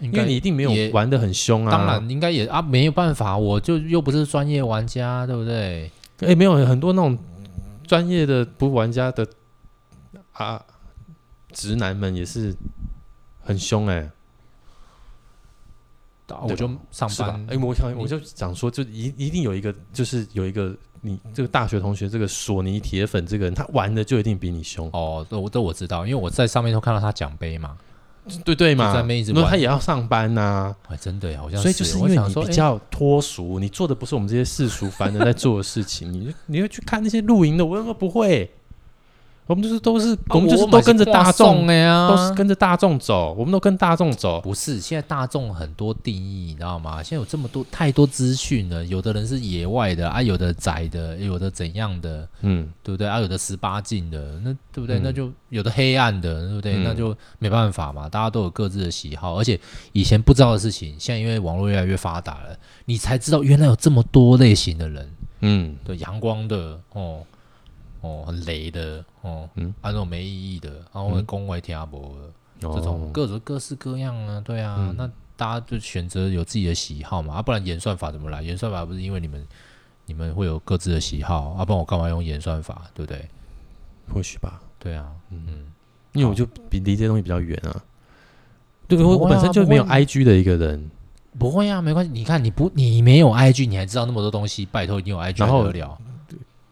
Speaker 1: 因
Speaker 2: 因为你一定没
Speaker 1: 也
Speaker 2: 有玩的很凶啊。
Speaker 1: 当，然应该也啊没有办法，我就又不是专业玩家，对不对？啊
Speaker 2: 哎、没有很多那种专业的不玩家的啊，直男们也是很凶哎、
Speaker 1: 啊
Speaker 2: 对
Speaker 1: 我就是上
Speaker 2: 吧
Speaker 1: 班
Speaker 2: 哎、我想
Speaker 1: 你
Speaker 2: 我就想说，就一一定有一个，就是有一个你这个大学同学，这个索尼铁粉这个人，他玩的就一定比你凶，
Speaker 1: 哦，这我这我知道，因为我在上面都看到他奖杯嘛，
Speaker 2: 对对嘛？
Speaker 1: 就在那边一直
Speaker 2: 那
Speaker 1: 玩
Speaker 2: 他也要上班呐、
Speaker 1: 哎，真的耶好像
Speaker 2: 所以就是因
Speaker 1: 我
Speaker 2: 为
Speaker 1: 想
Speaker 2: 你
Speaker 1: 说，
Speaker 2: 比
Speaker 1: 哎
Speaker 2: 较脱俗，你做的不是我们这些世俗凡人在做的事情， 你就你会去看那些露营的，我又不会，我们就是都
Speaker 1: 啊
Speaker 2: 是、我们就是都跟着大众，
Speaker 1: 哎呀，
Speaker 2: 都是跟着大众走，我们都跟大众走，
Speaker 1: 不是，现在大众很多定义，你知道吗？现在有这么多太多资讯了，有的人是野外的啊，有的宅的，有的怎样的，
Speaker 2: 嗯，
Speaker 1: 对不对啊？有的十八禁的，那对不对？
Speaker 2: 嗯
Speaker 1: 那就有的黑暗的，对不对？
Speaker 2: 嗯
Speaker 1: 那就没办法嘛，大家都有各自的喜好，而且以前不知道的事情，现在因为网络越来越发达了，你才知道原来有这么多类型的人，
Speaker 2: 嗯，
Speaker 1: 对，阳光的，哦，哦，很雷的，哦，
Speaker 2: 嗯
Speaker 1: 啊，那种没意义的，然后
Speaker 2: 嗯
Speaker 1: 恭维听不的。
Speaker 2: 这
Speaker 1: 这种各种各式各样啊，对啊，
Speaker 2: 哦嗯
Speaker 1: 那大家就选择有自己的喜好嘛，啊，不然演算法怎么来？演算法不是因为你们你们会有各自的喜好，啊，不然我干嘛用演算法，对不对？
Speaker 2: 或许吧，
Speaker 1: 对啊，嗯，
Speaker 2: 因为我就比离这些东西比较远啊。对，我
Speaker 1: 不
Speaker 2: 我
Speaker 1: 会啊
Speaker 2: 本身就没有
Speaker 1: 不会
Speaker 2: IG 的一个人，
Speaker 1: 不会啊，没关系，你看你不你没有 IG，你还知道那么多东西，拜托你有 IG
Speaker 2: 然后
Speaker 1: 还得了，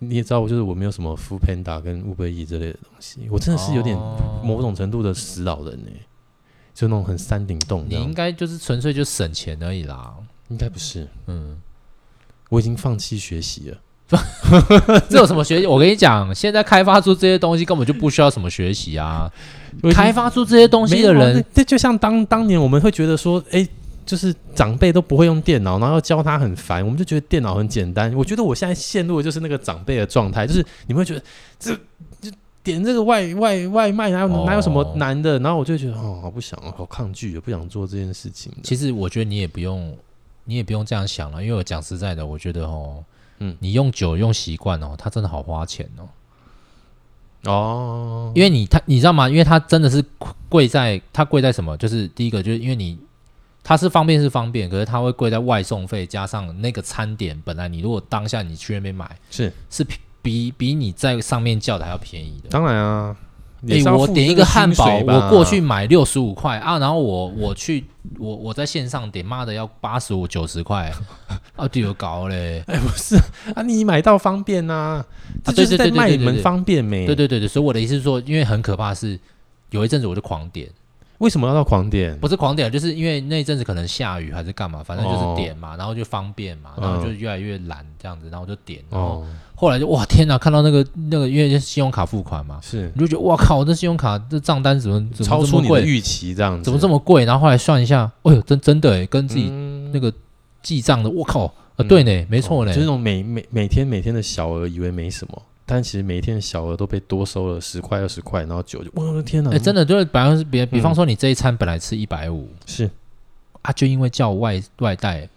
Speaker 2: 你也知道，我就是我没有什么 f o o Panda 跟 Uber E 之类的东西，我真的是有点
Speaker 1: 哦
Speaker 2: 某种程度的死老人呢、就那种很山顶洞
Speaker 1: 你
Speaker 2: 这样。
Speaker 1: 应该就是纯粹就省钱而已啦，
Speaker 2: 应该不是，
Speaker 1: 嗯，
Speaker 2: 我已经放弃学习了。
Speaker 1: 这有什么学习？我跟你讲，现在开发出这些东西根本就不需要什么学习啊，
Speaker 2: 我已经
Speaker 1: 开发出这些东西的
Speaker 2: 没有啊
Speaker 1: 人，
Speaker 2: 那这就像当当年我们会觉得说，哎、就是长辈都不会用电脑，然后要教他很烦，我们就觉得电脑很简单。我觉得我现在陷入的就是那个长辈的状
Speaker 1: 嗯
Speaker 2: 态，就是你们会觉得这就点这个外外外卖哪有、
Speaker 1: 哦
Speaker 2: 哪有什么难的，然后我就会觉得哦，好不想，好抗拒，不想做这件事情。
Speaker 1: 其实我觉得你也不用，你也不用这样想了，因为我讲实在的，我觉得哦，
Speaker 2: 嗯
Speaker 1: 你用久用习惯哦，它真的好花钱哦，
Speaker 2: 哦，
Speaker 1: 因为你它你知道吗？因为它真的是贵在它贵在什么？就是第一个就是因为你它是方便是方便，可是它会贵在外送费加上那个餐点，本来你如果当下你去那边买
Speaker 2: 是
Speaker 1: 是比比比你在上面叫的还要便宜的。
Speaker 2: 当然啊。也
Speaker 1: 诶
Speaker 2: 是要
Speaker 1: 我
Speaker 2: 付
Speaker 1: 点一
Speaker 2: 这
Speaker 1: 个汉堡，
Speaker 2: 薪水吧
Speaker 1: 我过去买六十五块啊，然后我我去我我在线上点，妈的要八十五九十块，啊，队友搞嘞，
Speaker 2: 哎，不是 啊，你买到方便呐、这
Speaker 1: 啊
Speaker 2: 就是
Speaker 1: 对对对
Speaker 2: 在
Speaker 1: 对
Speaker 2: 卖你
Speaker 1: 对对
Speaker 2: 们
Speaker 1: 对
Speaker 2: 方便没？
Speaker 1: 对对对对，所以我的意思是说，因为很可怕的是，有一阵子我就狂点，
Speaker 2: 为什么要到狂点？
Speaker 1: 不是狂点，就是因为那一阵子可能下雨还是干嘛，反正
Speaker 2: 哦
Speaker 1: 就是点嘛，然后就方便嘛，然后就越来越懒这样子，然后就点，然后
Speaker 2: 嗯哦，
Speaker 1: 后来就哇天哪，看到那个那个因为是信用卡付款嘛，
Speaker 2: 是
Speaker 1: 你就觉得哇靠，这信用卡这账单怎么怎么
Speaker 2: 超
Speaker 1: 这
Speaker 2: 出
Speaker 1: 么
Speaker 2: 你的
Speaker 1: 贵？
Speaker 2: 预期这样子，哦
Speaker 1: 怎么这么贵？然后后来算一下，哎呦，真真的哎，跟自己
Speaker 2: 嗯哦
Speaker 1: 那个记账的，我靠，呃，对呢，没错呢
Speaker 2: 就是，那种每每每天每天的小额，以为没什么，但其实每一天的小额都被多收了十块二十块，然后九就，我的天哪！
Speaker 1: 哎，真
Speaker 2: 的
Speaker 1: 的就是百分之比，比
Speaker 2: 嗯
Speaker 1: 方说你这一餐本来吃一百五
Speaker 2: 是
Speaker 1: 啊，就因为叫外外带，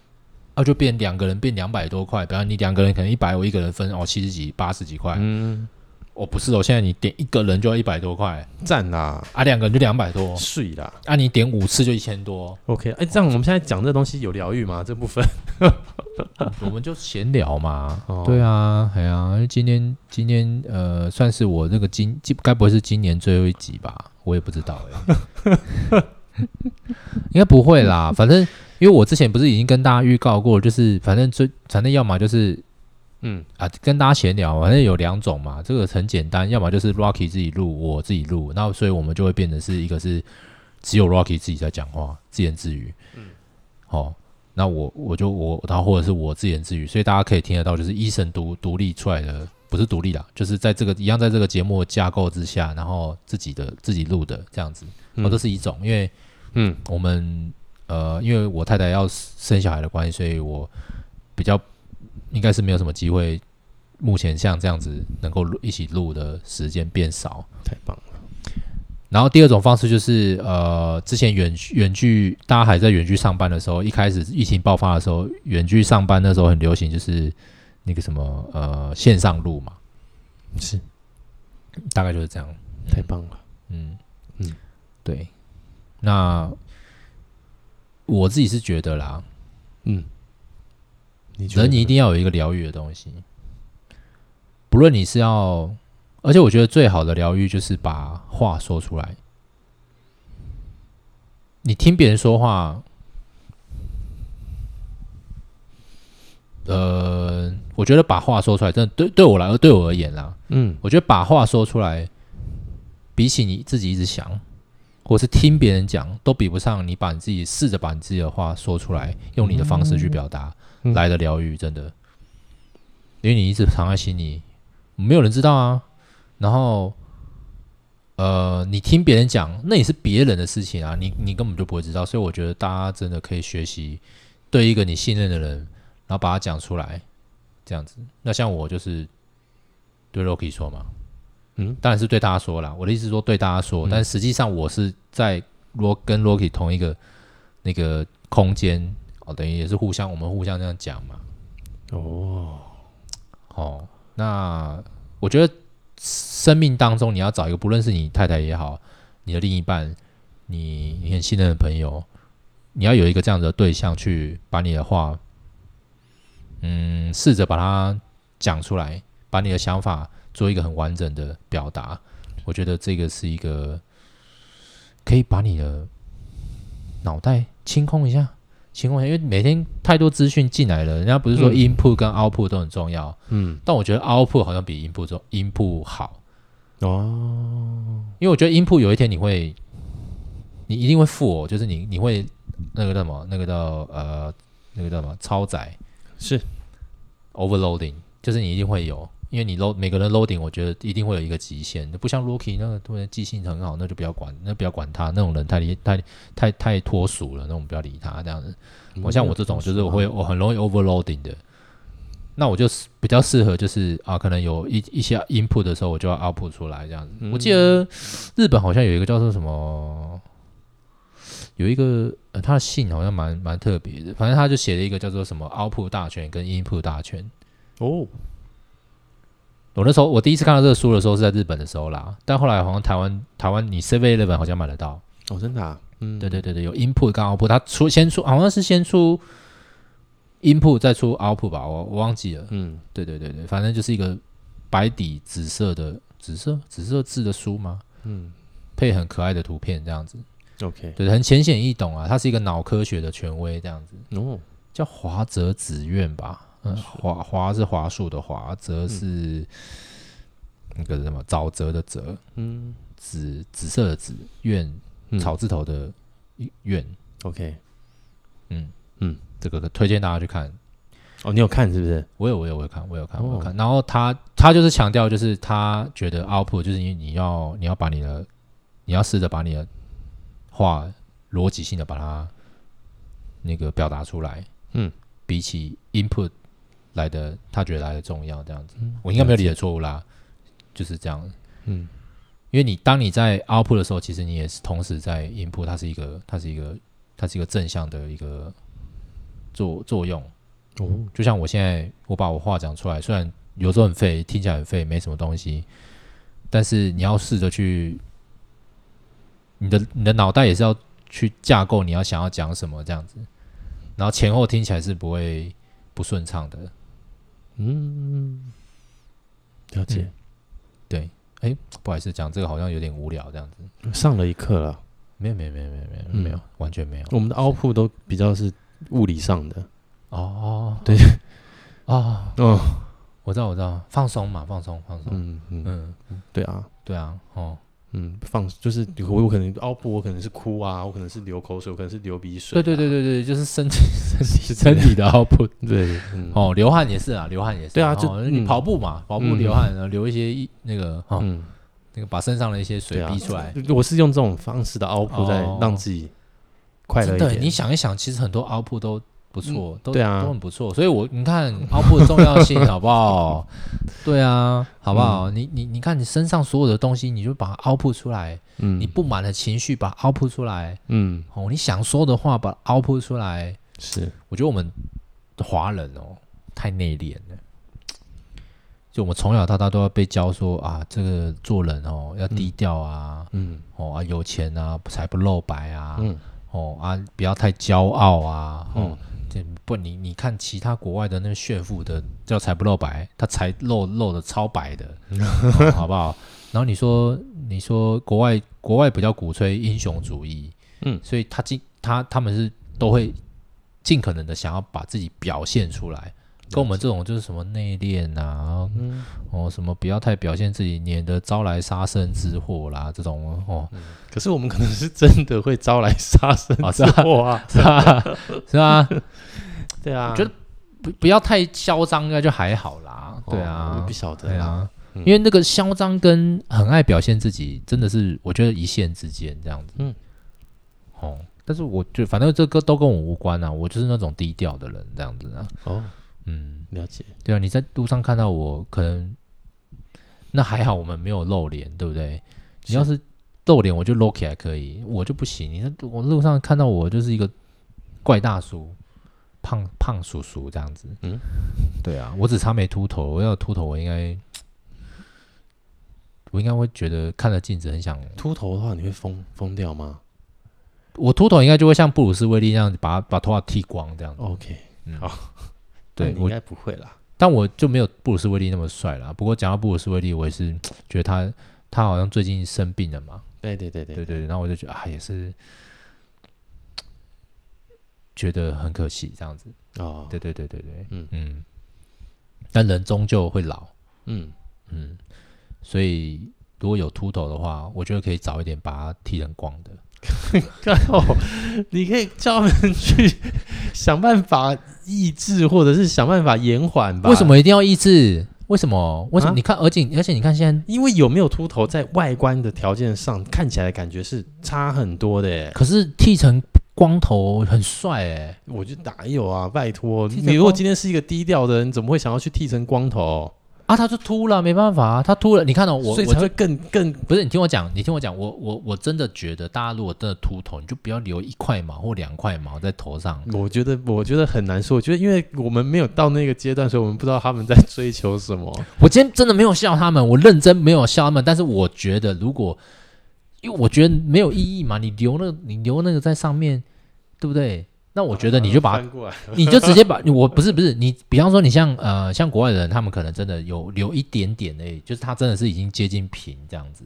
Speaker 1: 啊，就变两个人变两百多块，比方你两个人可能一百五，一个人分哦七十几、八十几块，
Speaker 2: 嗯
Speaker 1: 哦不是哦，现在你点一个人就要一百多块，
Speaker 2: 赞啦，
Speaker 1: 啊两个人就两百多，
Speaker 2: 睡啦
Speaker 1: 啊你点五次就一千多，
Speaker 2: ，OK，哎，这样我们现在讲这东西有疗愈吗？这部分
Speaker 1: 我们就闲聊嘛
Speaker 2: 哦。
Speaker 1: 对啊，哎呀、因为今天今天呃，算是我这个今今该不会是今年最后一集吧？我也不知道哎、 应该不会啦。反正因为我之前不是已经跟大家预告过，就是反正最反正要么就是
Speaker 2: 嗯
Speaker 1: 啊跟大家闲聊，反正有两种嘛，这个很简单，要么就是 Rocky 自己录，我自己录，那所以我们就会变成是一个是只有 Rocky 自己在讲话，自言自语。嗯，哦，那我我就我，然后或者是我自言自语，所以大家可以听得到，就是医生独独立出来的，不是独立啦，就是在这个一样在这个节目的架构之下，然后自己的自己录的这样子，
Speaker 2: 嗯
Speaker 1: 哦，这是一种，因为
Speaker 2: 嗯
Speaker 1: 我们呃，因为我太太要生小孩的关系，所以我比较应该是没有什么机会。目前像这样子能够录一起录的时间变少，
Speaker 2: 太棒了，
Speaker 1: 然后第二种方式就是，呃，之前远远距，大家还在远距上班的时候，一开始疫情爆发的时候，远距上班那时候很流行，就是那个什么，呃，线上录嘛，
Speaker 2: 是
Speaker 1: 大概就是这样。
Speaker 2: 太棒了，
Speaker 1: 嗯
Speaker 2: 嗯
Speaker 1: 嗯，对。那我自己是觉得啦，
Speaker 2: 嗯，你觉得
Speaker 1: 人你一定要有一个疗愈的东西，不论你是要，而且我觉得最好的疗愈就是把话说出来。你听别人说话，呃，我觉得把话说出来，真的对对我来对我而言啦，
Speaker 2: 嗯，
Speaker 1: 我觉得把话说出来，比起你自己一直想，或是听别人讲，都比不上你把你自己试着把你自己的话说出来，用你的方式去表达、
Speaker 2: 嗯
Speaker 1: 来的疗愈，真的。因为你一直藏在心里，没有人知道啊。然后，呃，你听别人讲，那也是别人的事情啊，你你根本就不会知道。所以我觉得大家真的可以学习对一个你信任的人，然后把它讲出来，这样子。那像我就是对 Rocky 说嘛，
Speaker 2: 嗯，
Speaker 1: 当然是对大家说啦。我的意思是说对大家说，
Speaker 2: 嗯
Speaker 1: 但实际上我是在罗跟 Rocky 同一个那个空间哦，等于也是互相我们互相这样讲嘛。
Speaker 2: 哦，
Speaker 1: 哦，那我觉得生命当中你要找一个，不论是你太太也好，你的另一半，你你很信任的朋友，你要有一个这样子的对象去把你的话，嗯，试着把它讲出来，把你的想法做一个很完整的表达。我觉得这个是一个可以把你的脑袋清空一下。清空一下，因为每天太多资讯进来了，人家不是说
Speaker 2: 嗯
Speaker 1: input 跟 output 都很重要，
Speaker 2: 嗯，
Speaker 1: 但我觉得 output 好像比 input 重 input 好，
Speaker 2: 哦，
Speaker 1: 因为我觉得 input 有一天你会，你一定会负哦，就是你你会那个叫什么，那个叫呃那个叫什么超载
Speaker 2: 是
Speaker 1: overloading，就是你一定会有，因为你 load 每个人 loading，我觉得一定会有一个极限，不像 Rocky 那个突然记性很好，那就不要管，那不要管他那种人太厉太太太脱俗了，那我们不要理他这样子。
Speaker 2: 嗯
Speaker 1: 我嗯像我这种，就是我会我很容易 overloading 的，那我就是比较适合就是啊，可能有一一些 input 的时候，我就要 output 出来这样子。我记得日本好像有一个叫做什么，有一个、呃、他的信好像蛮蛮特别的，反正他就写了一个叫做什么 output 大全跟 input 大全。
Speaker 2: 哦，
Speaker 1: 我那时候我第一次看到这个书的时候是在日本的时候啦，但后来好像台湾台湾你 Seven Eleven 好像买得到，
Speaker 2: 哦，真的啊，嗯，
Speaker 1: 对对对对，有 input 跟 output，它出先出好像是先出 input 再出 output 吧，我我忘记了。
Speaker 2: 嗯，
Speaker 1: 对对对对，反正就是一个白底紫色的紫色紫色字的书嘛，
Speaker 2: 嗯，
Speaker 1: 配很可爱的图片这样子，
Speaker 2: ，OK，
Speaker 1: 对，很浅显易懂啊。他是一个脑科学的权威这样子，
Speaker 2: 哦，
Speaker 1: 叫华泽子苑吧，嗯，华华是华树的华，
Speaker 2: 嗯
Speaker 1: 泽是那个什么沼泽的泽，
Speaker 2: 嗯
Speaker 1: 紫紫色的紫，苑
Speaker 2: 嗯
Speaker 1: 草字头的苑，
Speaker 2: ，OK，
Speaker 1: 嗯
Speaker 2: 嗯，
Speaker 1: 这个推荐大家去看，
Speaker 2: 哦，你有看是不是？
Speaker 1: 我有，我有，我有看，我有看，
Speaker 2: 哦
Speaker 1: 我有看。然后他他就是强调，就是他觉得 output 就是你你要你要把你的你要试着把你的话逻辑性的把它那个表达出来。
Speaker 2: 嗯，
Speaker 1: 比起 input 来的，他觉得来的重要。这样子，我应该没有理解错误啦，就是这样。
Speaker 2: 嗯，
Speaker 1: 因为你当你在 output 的时候，其实你也是同时在 input，它是一个它是一个它是一个正向的一个作作用。
Speaker 2: 哦，
Speaker 1: 就像我现在我把我话讲出来，虽然有时候很废，听起来很废，没什么东西，但是你要试着去，你的你的脑袋也是要去架构你要想要讲什么这样子，然后前后听起来是不会不顺畅的。
Speaker 2: 嗯，了解，
Speaker 1: 对，哎，不好意思，讲这个好像有点无聊这样子。
Speaker 2: 嗯上了一课了。
Speaker 1: 没有没有没有没有没有、
Speaker 2: 嗯
Speaker 1: 没有，完全没有。
Speaker 2: 我们的凹铺都比较是物理上的，
Speaker 1: 哦哦，
Speaker 2: 对，
Speaker 1: 哦，
Speaker 2: 哦，
Speaker 1: 我知道我知道，放松嘛，放松放松。嗯
Speaker 2: 嗯嗯，对啊，
Speaker 1: 对啊，哦，
Speaker 2: 嗯，放就是我我可能凹铺，我可能是哭啊，我可能是流口水，我可能是流鼻水、
Speaker 1: 对对
Speaker 2: 啊，
Speaker 1: 对对对，就是身 体 身体
Speaker 2: 这
Speaker 1: 身
Speaker 2: 样
Speaker 1: 体的 output。
Speaker 2: 对，嗯，
Speaker 1: 哦，流汗也是啊，流汗也是。
Speaker 2: 对啊
Speaker 1: 哦
Speaker 2: 就
Speaker 1: 你
Speaker 2: 嗯
Speaker 1: 跑步嘛，跑步
Speaker 2: 嗯
Speaker 1: 流汗，然后流一些一那个哈，
Speaker 2: 嗯，
Speaker 1: 那个把身上的一些
Speaker 2: 对
Speaker 1: 水
Speaker 2: 啊
Speaker 1: 逼哦出来。
Speaker 2: 我是用这种方式的凹铺在
Speaker 1: 哦
Speaker 2: 让自己快乐
Speaker 1: 真
Speaker 2: 一
Speaker 1: 的，
Speaker 2: 点。
Speaker 1: 你想一想，其实很多 output 都不错，都
Speaker 2: 对啊
Speaker 1: 都很不错。所以我你看 output 的重要性 好不好？对啊，好不好？
Speaker 2: 嗯
Speaker 1: 你你你看你身上所有的东西，你就把它 output 出来，
Speaker 2: 嗯，
Speaker 1: 你不满的情绪把它 output 出来，
Speaker 2: 嗯
Speaker 1: 哦，你想说的话把它 output 出来。
Speaker 2: 是
Speaker 1: 我觉得我们华人哦太内敛了，就我们从小到大都要被教说啊，这个做人哦要低调啊，
Speaker 2: 嗯
Speaker 1: 哦啊有钱啊才不露白啊，
Speaker 2: 嗯
Speaker 1: 哦啊不要太骄傲啊，哦
Speaker 2: 嗯。
Speaker 1: 这不，你你看其他国外的那个炫富的叫财不露白，他才露露的超白 的、哦好不好？然后你说你说国外国外比较鼓吹英雄主义，
Speaker 2: 嗯
Speaker 1: 所以他尽他他们是都会尽可能的想要把自己表现出来，跟我们这种就是什么内敛啊，
Speaker 2: 嗯
Speaker 1: 哦，什么不要太表现自己，免得招来杀身之祸啦，这种哦，
Speaker 2: 可是我们可能是真的会招来杀身
Speaker 1: 啊
Speaker 2: 之
Speaker 1: 是啊
Speaker 2: 祸 啊！
Speaker 1: 是吧？ 是吧？
Speaker 2: 对啊，
Speaker 1: 我觉得不不要太嚣张，应该就还好啦。
Speaker 2: 哦
Speaker 1: 对
Speaker 2: 我
Speaker 1: 啊
Speaker 2: 不，晓得
Speaker 1: 对
Speaker 2: 啦。
Speaker 1: 啊，
Speaker 2: 嗯
Speaker 1: 因为那个嚣张跟很爱表现自己，真的是我觉得一线之间这样子。
Speaker 2: 嗯，
Speaker 1: 哦，但是我就反正这个都跟我无关啊，我就是那种低调的人这样子啊。
Speaker 2: 哦，
Speaker 1: 嗯，
Speaker 2: 了解。
Speaker 1: 对啊，你在路上看到我，可能那还好，我们没有露脸，对不对？你要是露脸，我就露起来可以，我就不行。你那我路上看到我就是一个怪大叔，胖胖叔叔这样子。
Speaker 2: 嗯，
Speaker 1: 对啊，我只差没秃头，我要有秃头，我应该我应该会觉得看着镜子很想，
Speaker 2: 秃头的话，你会疯疯掉吗
Speaker 1: 我秃头应该就会像布鲁斯威利那样子，把把头发剃光这样子。
Speaker 2: ？OK，
Speaker 1: 对
Speaker 2: 哦那你
Speaker 1: 我
Speaker 2: 应该不会啦。
Speaker 1: 但我就没有布鲁斯威利那么帅啦。不过讲到布鲁斯威利，我也是觉得他他好像最近生病了嘛，
Speaker 2: 对对对
Speaker 1: 对
Speaker 2: 对，
Speaker 1: 对对，然后我就觉得啊，也是觉得很可惜这样子。
Speaker 2: 哦，
Speaker 1: 对对对对对，
Speaker 2: 嗯
Speaker 1: 嗯，但人终究会老，
Speaker 2: 嗯，
Speaker 1: 嗯，所以如果有秃头的话，我觉得可以早一点把它剃成光的。
Speaker 2: 然后 你可以叫他们去想办法抑制，或者是想办法延缓吧。
Speaker 1: 为什？么一定要抑制？为什么？为什么？
Speaker 2: 啊
Speaker 1: 你看，而且而且你看现在，
Speaker 2: 因为有没有秃头，在外观的条件上看起来感觉是差很多的耶。
Speaker 1: 可是剃成光头很帅哎、
Speaker 2: 我就哪有啊？拜托，
Speaker 1: 剃成
Speaker 2: 你如果
Speaker 1: 光
Speaker 2: 今天是一个低调的人，怎么会想要去剃成光头？
Speaker 1: 啊，他就秃了，没办法、啊，他秃了。你看到、我，
Speaker 2: 所以
Speaker 1: 我
Speaker 2: 才会
Speaker 1: 就
Speaker 2: 更更
Speaker 1: 不是你听我讲，你听我讲，我我我真的觉得，大家如果真的秃头，你就不要留一块毛或两块毛在头上。
Speaker 2: 我觉得，我觉得很难说。我觉得，因为我们没有到那个阶段，所以我们不知道他们在追求什么。
Speaker 1: 我今天真的没有笑他们，我认真没有笑他们，但是我觉得如果，因为我觉得没有意义嘛，你留那个你留那个在上面，对不对？那我觉得你就把它
Speaker 2: 啊翻过来，
Speaker 1: 你啊就直接把，我不是不是你，比方说你像呃像国外的人，他们可能真的有留一点点而已，就是他真的是已经接近平这样子，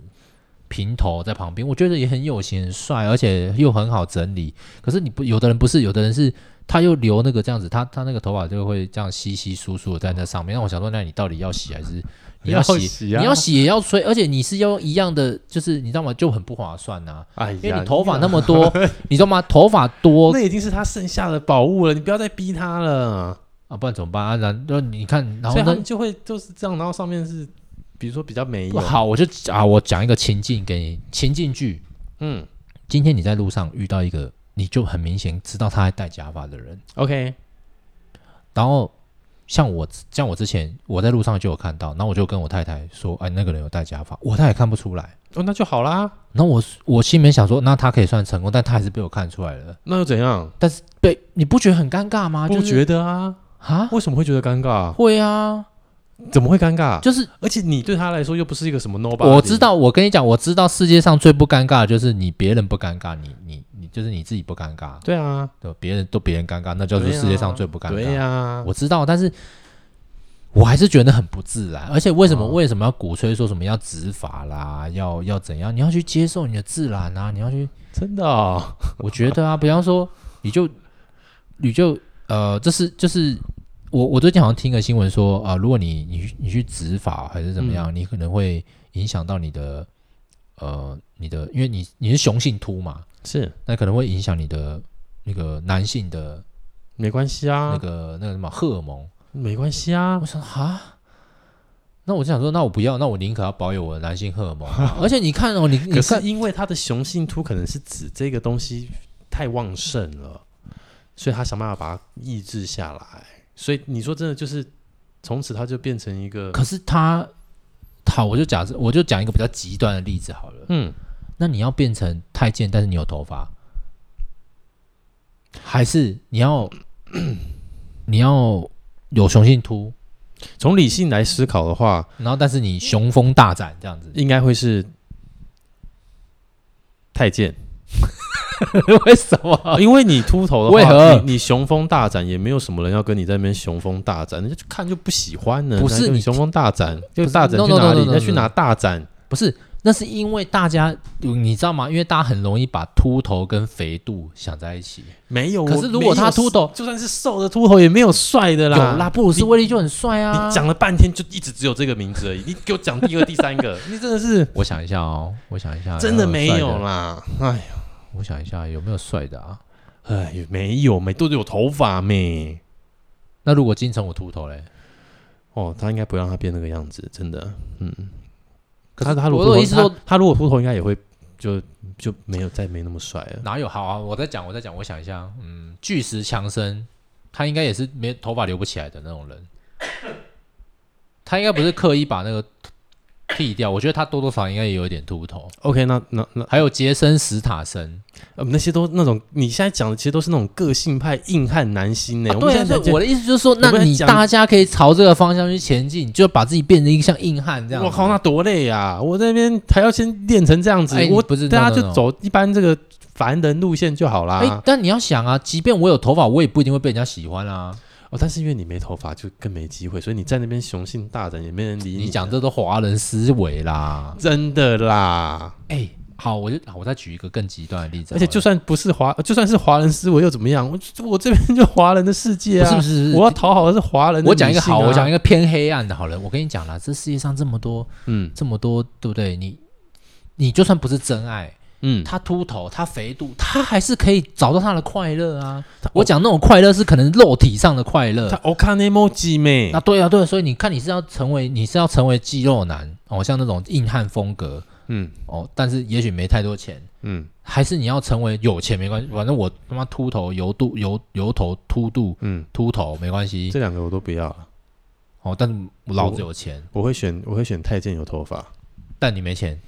Speaker 1: 平头在旁边，我觉得也很有型、很帅，而且又很好整理。可是你不，有的人不是，有的人是他又留那个这样子，他他那个头发就会这样稀稀疏疏的在那上面。那我想说，那你到底要洗还是你要洗？
Speaker 2: 洗啊！
Speaker 1: 你要洗也要吹，而且你是要用一样的，就是你知道吗？就很不划算呐、
Speaker 2: 哎
Speaker 1: 因为
Speaker 2: 呀，
Speaker 1: 你头发那么多，你知道吗？头发多
Speaker 2: 那已经是他剩下的宝物了，你不要再逼他了。
Speaker 1: 啊，不然怎么办啊？然后你看，然
Speaker 2: 所
Speaker 1: 后
Speaker 2: 以他
Speaker 1: 呢
Speaker 2: 们？就会就是这样，然后上面是比如说比较没
Speaker 1: 不
Speaker 2: 有，
Speaker 1: 好，我就啊，我讲一个情境给你，情境剧。
Speaker 2: 嗯
Speaker 1: 今天你在路上遇到一个，你就很明显知道他还戴假发的人。
Speaker 2: ，OK，
Speaker 1: 然后像我，像我之前我在路上就有看到，然后我就跟我太太说，哎，那个人有戴假发，我太太看不出来。
Speaker 2: 哦，那就好啦，
Speaker 1: 然后我我心里面想说，那他可以算成功，但他还是被我看出来了。
Speaker 2: 那又怎样？
Speaker 1: 但是被你不觉得很尴尬吗？
Speaker 2: 不
Speaker 1: 就是
Speaker 2: 觉得啊？
Speaker 1: 啊，
Speaker 2: 为什么会觉得尴尬？
Speaker 1: 会啊，
Speaker 2: 怎么会尴尬？
Speaker 1: 就是
Speaker 2: 而且你对他来说又不是一个什么 nobody。
Speaker 1: 我知，道，我跟你讲，我知道世界上最不尴尬的就是你别人不尴尬，你你你就是你自己不尴尬，
Speaker 2: 对啊，
Speaker 1: 对，别人都别人尴尬，那叫做
Speaker 2: 对啊
Speaker 1: 世界上最不尴尬。
Speaker 2: 对呀，
Speaker 1: 我知道，但是我还是觉得很不自然。而且为什么、
Speaker 2: 哦
Speaker 1: 为什么要鼓吹说什么要执法啦，要要怎样？你要去接受你的自然啊，你要去，
Speaker 2: 真的哦，
Speaker 1: 我觉得啊，比方说你就你就呃，这是就是。我我最近好像听个新闻说，啊、如果你你去你去执法还是怎么
Speaker 2: 嗯
Speaker 1: 样，你可能会影响到你的呃你的，因为你你是雄性秃嘛，
Speaker 2: 是
Speaker 1: 那可能会影响你的那个男性的
Speaker 2: 没关系啊，
Speaker 1: 那个、那个什么荷尔蒙。
Speaker 2: 没关系啊
Speaker 1: 我，想啊，那我就想说，那我不要，那我宁可要保有我的男性荷尔蒙 啊。而且你看哦，你你
Speaker 2: 可是
Speaker 1: 看，
Speaker 2: 因为他的雄性秃可能是指这个东西太旺盛了，所以他想办法把它抑制下来。所以你说真的就是，从此他就变成一个，
Speaker 1: 可是他好，我就假设，我就讲一个比较极端的例子好了。
Speaker 2: 嗯，
Speaker 1: 那你要变成太监，但是你有头发，还是你要 你要有雄性秃，
Speaker 2: 从理性来思考的话，
Speaker 1: 然后但是你雄风大展这样子？
Speaker 2: 应该会是太监，
Speaker 1: 为什么？
Speaker 2: 因为你秃头的话，
Speaker 1: 哦为何
Speaker 2: 你你雄风大展也没有什么人要跟你在那边雄风大展，你就看就不喜欢呢。
Speaker 1: 不是
Speaker 2: 那就
Speaker 1: 你
Speaker 2: 雄风大展，就
Speaker 1: 不是
Speaker 2: 大展
Speaker 1: no,
Speaker 2: 去
Speaker 1: no, no,
Speaker 2: 哪
Speaker 1: no,
Speaker 2: 里？
Speaker 1: no,
Speaker 2: 那去
Speaker 1: no.
Speaker 2: 拿大展，
Speaker 1: 不是那是因为大家你知道吗？因为大家很容易把秃头跟肥度想在一起。
Speaker 2: 没有。
Speaker 1: 可
Speaker 2: 我
Speaker 1: 是如果他
Speaker 2: 没有
Speaker 1: 秃头
Speaker 2: 就算是瘦的秃头也没有帅的
Speaker 1: 有
Speaker 2: 啦。
Speaker 1: 啦，布鲁斯
Speaker 2: 你
Speaker 1: 威利就很帅啊。
Speaker 2: 你讲了半天就一直只有这个名字而已，你给我讲第二、第 三个，你真的是
Speaker 1: 我想一下哦，我想一下，
Speaker 2: 真的没有
Speaker 1: 帅的。
Speaker 2: 啦。哎，
Speaker 1: 我想一下有没有帅的啊？
Speaker 2: 哎，没有，没都有头发没。
Speaker 1: 那如果金城武秃头嘞？
Speaker 2: 哦，他应该不让他变那个样子，真的。嗯，
Speaker 1: 可
Speaker 2: 他
Speaker 1: 是
Speaker 2: 他如
Speaker 1: 我
Speaker 2: 果
Speaker 1: 的
Speaker 2: 秃头
Speaker 1: 意思说
Speaker 2: 他他如果秃头，应该也会就就没有再没那么帅了。
Speaker 1: 哪有好啊？我在讲，我在讲，我想一下，嗯，巨石强森，他应该也是没头发留不起来的那种人，他应该不是刻意把那个剃掉，我觉得他多多少少应该也有一点秃头。
Speaker 2: OK，那那那、
Speaker 1: 还有杰森·史塔森，
Speaker 2: 呃、那些都那种你现在讲的，其实都是那种个性派硬汉男星呢、
Speaker 1: 啊
Speaker 2: 哎我们
Speaker 1: 对啊，
Speaker 2: 现在
Speaker 1: 所
Speaker 2: 在
Speaker 1: 以我的意思就是说，那
Speaker 2: 我们在
Speaker 1: 你
Speaker 2: 讲
Speaker 1: 大家可以朝这个方向去前进，就把自己变成一个像硬汉这样子。
Speaker 2: 我靠，那多累啊！我在那边还要先练成这样子，
Speaker 1: 哎
Speaker 2: 我
Speaker 1: 不是
Speaker 2: 大
Speaker 1: no,
Speaker 2: 家
Speaker 1: no,
Speaker 2: 就
Speaker 1: no
Speaker 2: 走一般这个凡人路线就好啦。
Speaker 1: 哎，但你要想啊，即便我有头发，我也不一定会被人家喜欢啊。
Speaker 2: 哦，但是因为你没头发，就更没机会，所以你在那边雄性大展也没人理
Speaker 1: 你讲这都华人思维啦。
Speaker 2: 真的啦，
Speaker 1: 哎，好，我就好我再举一个更极端的例子好
Speaker 2: 而
Speaker 1: 了，
Speaker 2: 且就算不是华，就算是华人思维又怎么样？我我这边就华人的世界
Speaker 1: 不
Speaker 2: 啊，
Speaker 1: 是不是不是，
Speaker 2: 我要讨好的是华人的
Speaker 1: 我讲一个好，
Speaker 2: 女性啊
Speaker 1: 我讲一个偏黑暗的好了。我跟你讲啦，这世界上这么多
Speaker 2: 嗯
Speaker 1: 这么多，对不对？你你就算不是真爱，
Speaker 2: 嗯，
Speaker 1: 他秃头，他肥肚，他还是可以找到他的快乐啊。
Speaker 2: 他
Speaker 1: 我讲那种快乐是可能肉体上的快乐
Speaker 2: 哦他。o k a n e m o j i 妹
Speaker 1: 那，对啊，对啊，所以你看，你是要成为你是要成为肌肉男哦，像那种硬汉风格
Speaker 2: 嗯
Speaker 1: 哦，但是也许没太多钱，
Speaker 2: 嗯
Speaker 1: 还是你要成为有钱没关系，反正我他妈秃头、油肚、油油头、秃肚、
Speaker 2: 嗯，
Speaker 1: 秃头没关系
Speaker 2: 这两个我都不要了，
Speaker 1: 哦，但是我老子有钱，
Speaker 2: 我会选我会选太监有头发，
Speaker 1: 但你没钱。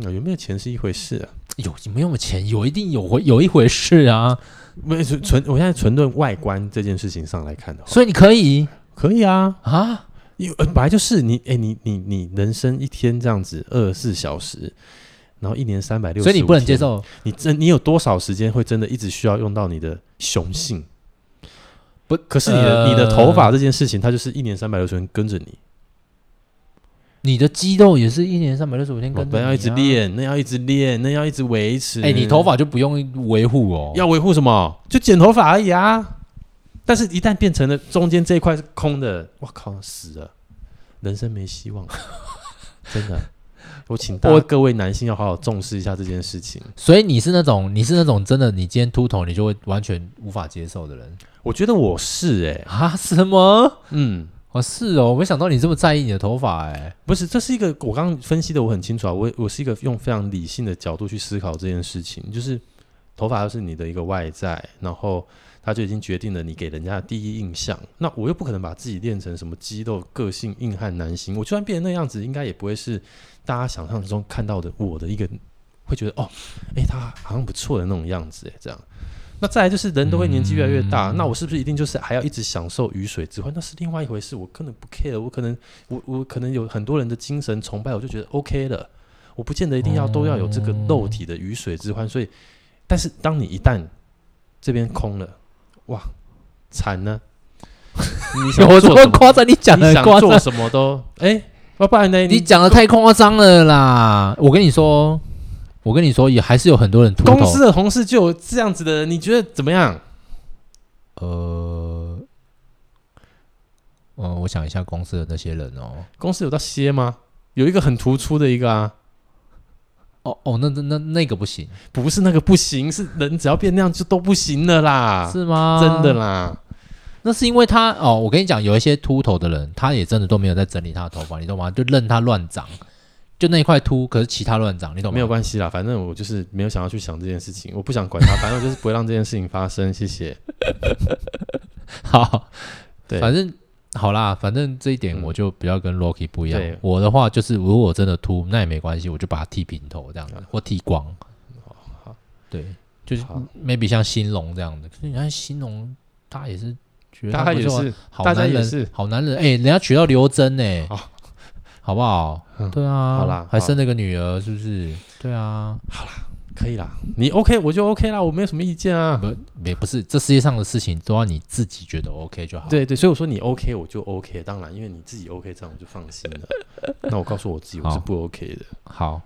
Speaker 2: 那有没有钱是一回事啊，
Speaker 1: 有没有钱？有一定有回有一回事啊，
Speaker 2: 哦没纯纯我现在纯论外观这件事情上来看的话，
Speaker 1: 所以你可以
Speaker 2: 可以啊，
Speaker 1: 啊，
Speaker 2: 因为、呃、本来就是你，哎、你你你人生一天这样子二十四小时，然后一年三百六，
Speaker 1: 所以你不能接，受。
Speaker 2: 你真你有多少时间会真的一直需要用到你的雄性？
Speaker 1: 不，
Speaker 2: 可是你的、你的
Speaker 1: 呃
Speaker 2: 头发这件事情，它就是一年三百六十天跟着你，
Speaker 1: 你的肌肉也是一年三百六十五天
Speaker 2: 哦
Speaker 1: 跟着
Speaker 2: 那
Speaker 1: 你、
Speaker 2: 要一直。练，那要一直练，那要一直维持。
Speaker 1: 啊哎、你头发就不用维护哦。
Speaker 2: 要维护什么？就剪头发而已啊。但是，一旦变成了中间这一块是空的，我靠，死了，人生没希 望了，真的。我请大家
Speaker 1: 我
Speaker 2: 各位男性要好好重视一下这件事情。
Speaker 1: 所以你是那种你是那种真的，你今天秃头，你就会完全无法接受的人
Speaker 2: 我觉得我是哎、
Speaker 1: 啊？什么？
Speaker 2: 嗯，
Speaker 1: 哦，是哦，我没想到你这么在意你的头发哎、
Speaker 2: 不是，这是一个我刚刚分析的，我很清楚啊。我我是一个用非常理性的角度去思考这件事情，就是头发是你的一个外在，然后它就已经决定了你给人家的第一印象。那我又不可能把自己练成什么肌肉、个性硬汉男星，我就算变成那样子，应该也不会是大家想象中看到的我的一个会觉得哦，诶，他好像不错的那种样子，诶，这样。那再来就是人都会年纪越来越大，那我是不是一定就是还要一直享受鱼水之欢？那是另外一回事，我根本不 care，我可能我我可能有很多人的精神崇拜，我就觉得 OK 了，我不见得一定要都要有这个肉体的鱼水之欢。所以，但是当你一旦这边空了，哇，惨呢！ 你想
Speaker 1: 我这
Speaker 2: 做
Speaker 1: 么
Speaker 2: 什么？
Speaker 1: 夸张，你讲的很
Speaker 2: 你想
Speaker 1: 夸
Speaker 2: 做
Speaker 1: 张，
Speaker 2: 什么都哎，要、不然呢？
Speaker 1: 你讲的太夸张了啦！我跟你说，我跟你说，也还是有很多人秃头。
Speaker 2: 公司的同事就有这样子的人，你觉得怎么样？
Speaker 1: 呃，呃，我想一下公司的那些人哦，
Speaker 2: 公司有到歇吗？有一个很突出的一个啊，
Speaker 1: 哦哦，那那那那个不行、
Speaker 2: 不是那个不行，是人只要变那样就都不行了啦，
Speaker 1: 是吗？
Speaker 2: 啊真的，啦。
Speaker 1: 那是因为他哦，我跟你讲，有一些秃头的人，他也真的都没有在整理他的头发，你懂吗？就任它乱长，就那一块秃，可是其他乱长，你懂吗？
Speaker 2: 没有关系啦，反正我就是没有想要去想这件事情，我不想管它，反正我就是不会让这件事情发生。谢谢。
Speaker 1: 好，
Speaker 2: 对，
Speaker 1: 反正好啦，反正这一点
Speaker 2: 嗯
Speaker 1: 我就比较跟 Rocky 不一样。
Speaker 2: 对
Speaker 1: 我的话就是，如果真的秃，那也没关系，我就把它剃平头这样子，或剃光。对，就是
Speaker 2: 好
Speaker 1: maybe 像兴隆这样的。可哎是你看兴隆，他也是觉得
Speaker 2: 大
Speaker 1: 他
Speaker 2: 家
Speaker 1: 不
Speaker 2: 也
Speaker 1: 错啊
Speaker 2: 是
Speaker 1: 好
Speaker 2: 大家
Speaker 1: 男
Speaker 2: 也
Speaker 1: 人，
Speaker 2: 是
Speaker 1: 好男人。哎、人家娶到刘真呢、
Speaker 2: 好
Speaker 1: 好不好？
Speaker 2: 嗯
Speaker 1: 对啊，
Speaker 2: 好啦
Speaker 1: 还生了个女儿，是不是？对啊，
Speaker 2: 可以啦，你 OK 我就 OK 啦，我没有什么意见啊。
Speaker 1: 不，也不是，这世界上的事情都要你自己觉得 OK 就好。
Speaker 2: 对对，所以我说你 OK 我就 OK，当然因为你自己 OK，这样我就放心了。那我告诉我自己我是
Speaker 1: 好
Speaker 2: 不 OK 的。
Speaker 1: 好，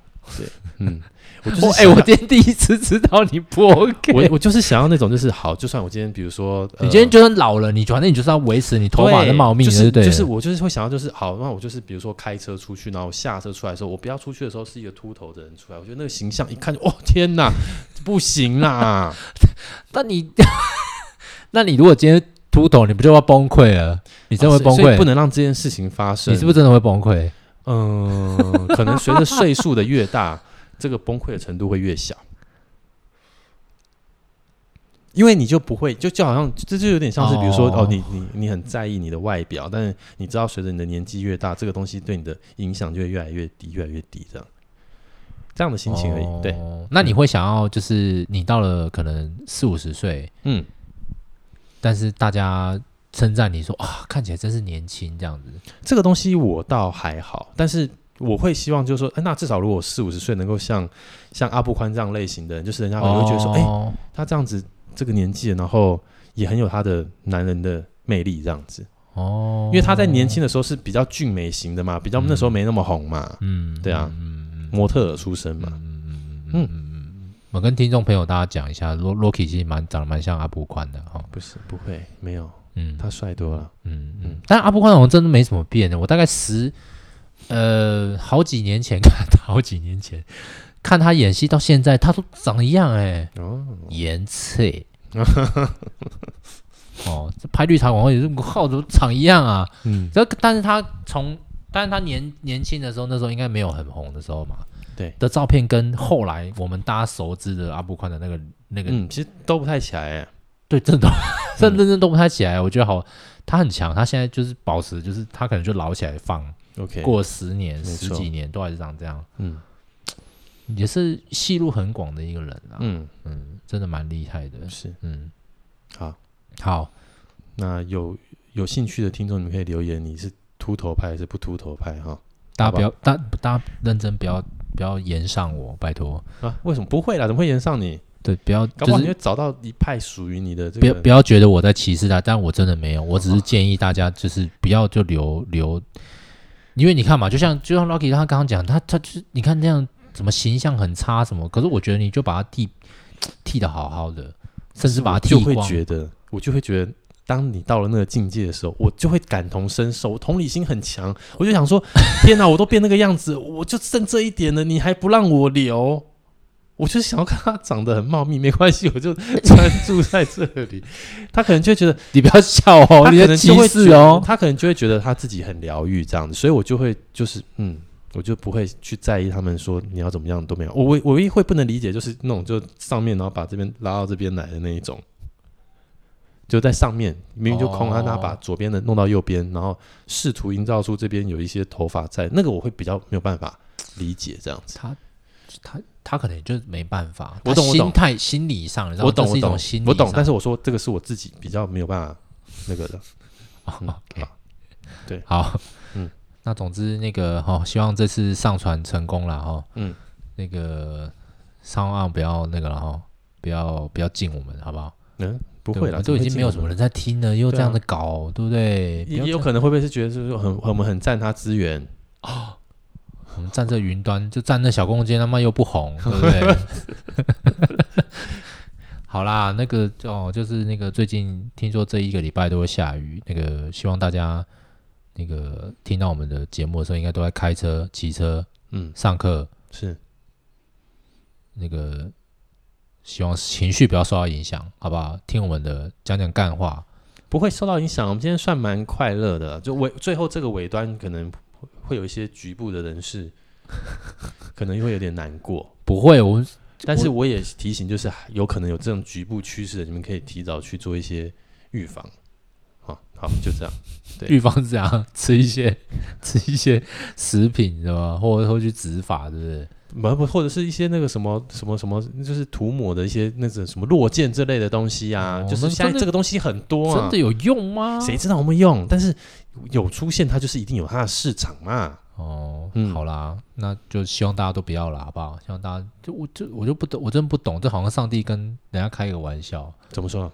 Speaker 2: 嗯， 我就
Speaker 1: 我
Speaker 2: 是
Speaker 1: 哎、我今天第一次知道你不 OK。
Speaker 2: 我我就是想要那种，就是好，就算我今天比如说，呃
Speaker 1: 你今天就算老了，你反正你就是要维持你头发的
Speaker 2: 对
Speaker 1: 茂密，
Speaker 2: 就是
Speaker 1: 对
Speaker 2: 就是我就是会想要，就是好，那我就是比如说开车出去，然后我下车出来的时候，我不要出去的时候是一个秃头的人出来，我觉得那个形象一看就，哦天哪，不行啦！
Speaker 1: 那你， 那你如果今天秃头，你不就要崩溃了？你
Speaker 2: 你
Speaker 1: 真的会崩溃，
Speaker 2: 不能让这件事情发生。
Speaker 1: 你是不是真的会崩溃？
Speaker 2: 嗯、可能随着岁数的越大，这个崩溃的程度会越小，因为你就不会，就就好像这就有点像是，比如说
Speaker 1: 哦
Speaker 2: 哦，你你你很在意你的外表，但是你知道随着你的年纪越大，这个东西对你的影响就会越来越低，越来越低，这样这样的心情而已。
Speaker 1: 哦
Speaker 2: 对，，
Speaker 1: 那你会想要就是你到了可能四五十岁，
Speaker 2: 嗯，
Speaker 1: 但是大家称赞你说啊，看起来真是年轻这样子。
Speaker 2: 这个东西我倒还好，但是我会希望就是说，哎，那至少如果四五十岁能够像像阿布宽这样类型的人，就是人家可能会觉得说，哎、
Speaker 1: 哦
Speaker 2: 他这样子这个年纪了，然后也很有他的男人的魅力这样子，
Speaker 1: 哦，
Speaker 2: 因为他在年轻的时候是比较俊美型的嘛，比较那时候没那么红嘛，
Speaker 1: 嗯，
Speaker 2: 对啊
Speaker 1: 嗯嗯嗯
Speaker 2: 模特儿出身嘛，
Speaker 1: 嗯嗯，我跟听众朋友大家讲一下，Lo-，Loki 其实蛮长得蛮像阿布宽的哈、哦，
Speaker 2: 不是不会没有，
Speaker 1: 嗯，
Speaker 2: 他帅多了，
Speaker 1: 嗯嗯
Speaker 2: 嗯，
Speaker 1: 但阿布宽好像真的没什么变的。我大概十呃好几年前看他，好几年前 看他演戏到现在，他都长一样哎、
Speaker 2: 哦，
Speaker 1: 颜翠。哦，这拍绿茶广告也是号都长一样啊。
Speaker 2: 嗯，
Speaker 1: 这但是他从，但是他年年轻的时候，那时候应该没有很红的时候嘛。
Speaker 2: 嗯对
Speaker 1: 的照片跟后来我们大家熟知的阿布宽的那个那个，
Speaker 2: 嗯，其实都不太起来欸，
Speaker 1: 对，真 的真
Speaker 2: 嗯
Speaker 1: 的认真动不太起来。我觉得好，他很强，他现在就是保持，就是他可能就老起来放，
Speaker 2: ，OK，，
Speaker 1: 过十年、
Speaker 2: 没
Speaker 1: 十
Speaker 2: 错
Speaker 1: 几年都还是长这样，
Speaker 2: 嗯
Speaker 1: 也是戏路很广的一个人啊。嗯
Speaker 2: 嗯
Speaker 1: 真的蛮厉害的。
Speaker 2: 是
Speaker 1: 嗯，
Speaker 2: 好，
Speaker 1: 好，
Speaker 2: 那有有兴趣的听众，你们可以留言，你是秃头派还是不秃头派哈？
Speaker 1: 大家
Speaker 2: 好吧
Speaker 1: 不要，大大家认真不要不要延上我，拜托。
Speaker 2: 啊，为什么不会啦？怎么会延上你？
Speaker 1: 对，不要
Speaker 2: 搞不
Speaker 1: 就
Speaker 2: 好你会
Speaker 1: 是
Speaker 2: 找到一派属于你的这
Speaker 1: 不要
Speaker 2: 个
Speaker 1: 不要觉得我在歧视他，但我真的没有，我只是建议大家就是不要就留留，因为你看嘛，就像就像 Lucky 他刚刚讲，他他就是你看这样怎么形象很差什么，可是我觉得你就把他剃剃的好好的，甚至把
Speaker 2: 我
Speaker 1: 他
Speaker 2: 就
Speaker 1: 剃
Speaker 2: 会
Speaker 1: 光，
Speaker 2: 觉得，我就会觉得，当你到了那个境界的时候，我就会感同身受，我同理心很强，我就想说， 天哪，我都变那个样子，我就剩这一点了，你还不让我留？我就想要看他长得很茂密，没关系，我就专注在这里。他可能就会觉得，
Speaker 1: 你不要笑哦，
Speaker 2: 他
Speaker 1: 你
Speaker 2: 可
Speaker 1: 的
Speaker 2: 能
Speaker 1: 歧
Speaker 2: 就会
Speaker 1: 视
Speaker 2: 觉得
Speaker 1: 哦。
Speaker 2: 他可能就会觉得他自己很疗愈这样子，所以我就会就是嗯，我就不会去在意他们说你要怎么样都没有。我唯我唯一会不能理解就是那种就上面然后把这边拉到这边来的那一种，就在上面明明就空，
Speaker 1: 哦
Speaker 2: 他他把左边的弄到右边，然后试图营造出这边有一些头发在，那个我会比较没有办法理解这样子。
Speaker 1: 他他他可能就没办法，
Speaker 2: 我
Speaker 1: 他
Speaker 2: 懂我懂
Speaker 1: 心态心理上，你知道吗
Speaker 2: 我懂
Speaker 1: 这是
Speaker 2: 我
Speaker 1: 一
Speaker 2: 懂
Speaker 1: 种心理
Speaker 2: 我懂，但
Speaker 1: 是
Speaker 2: 是我说这个是我自己比较没有办法那个的。 嗯
Speaker 1: OK，
Speaker 2: 好对
Speaker 1: 好，嗯
Speaker 2: 嗯，
Speaker 1: 那总之那个哈、哦，希望这次上传成功了哈、哦，
Speaker 2: 嗯，
Speaker 1: 那个上岸不要那个了哈、哦，不要不要禁我们好不好？
Speaker 2: 嗯，不
Speaker 1: 对
Speaker 2: 会
Speaker 1: 我
Speaker 2: 啦，
Speaker 1: 们都已
Speaker 2: 怎
Speaker 1: 经
Speaker 2: 会
Speaker 1: 没有
Speaker 2: 进
Speaker 1: 什
Speaker 2: 我
Speaker 1: 么人
Speaker 2: 们
Speaker 1: 在听了，又这
Speaker 2: 对啊
Speaker 1: 样的搞，对不对？不要
Speaker 2: 也有
Speaker 1: 这样
Speaker 2: 可能会不会是觉得就是说很我们很赞他资源，
Speaker 1: 我们站这云端，就站那小空间，他妈又不红，对不对？ 好啦，那个哦，就是那个最近听说这一个礼拜都会下雨，那个希望大家那个听到我们的节目的时候，应该都在开车、骑车、
Speaker 2: 嗯，
Speaker 1: 上课，
Speaker 2: 是
Speaker 1: 那个希望情绪不要受到影响，好不好？听我们的讲讲干话，
Speaker 2: 不会受到影响。我们今天算蛮快乐的，就尾最后这个尾端可能会会有一些局部的人士可能会有点难 过，
Speaker 1: 不会，我们
Speaker 2: 但是我也提醒，就是有可能有这种局部趋势的，你们可以提早去做一些预防。好，好，就这样。对
Speaker 1: 预防是怎样？吃一些 吃一些食品是吧？或或去执法，对不对？
Speaker 2: 不不，或者是一些那个什么什么什么，就是涂抹的一些那种什么落剑之类的东西啊，
Speaker 1: 哦
Speaker 2: 就是
Speaker 1: 那
Speaker 2: 现
Speaker 1: 真
Speaker 2: 在
Speaker 1: 的
Speaker 2: 这个东西很多啊
Speaker 1: 真的，有用吗？
Speaker 2: 谁知道有没有用？但是有出现，它就是一定有它的市场嘛。
Speaker 1: 哦，
Speaker 2: 嗯
Speaker 1: 好啦，那就希望大家都不要啦，好不好？希望大家就我就我就不懂，我真不懂，这好像上帝跟呃人家开一个玩笑，
Speaker 2: 怎么说？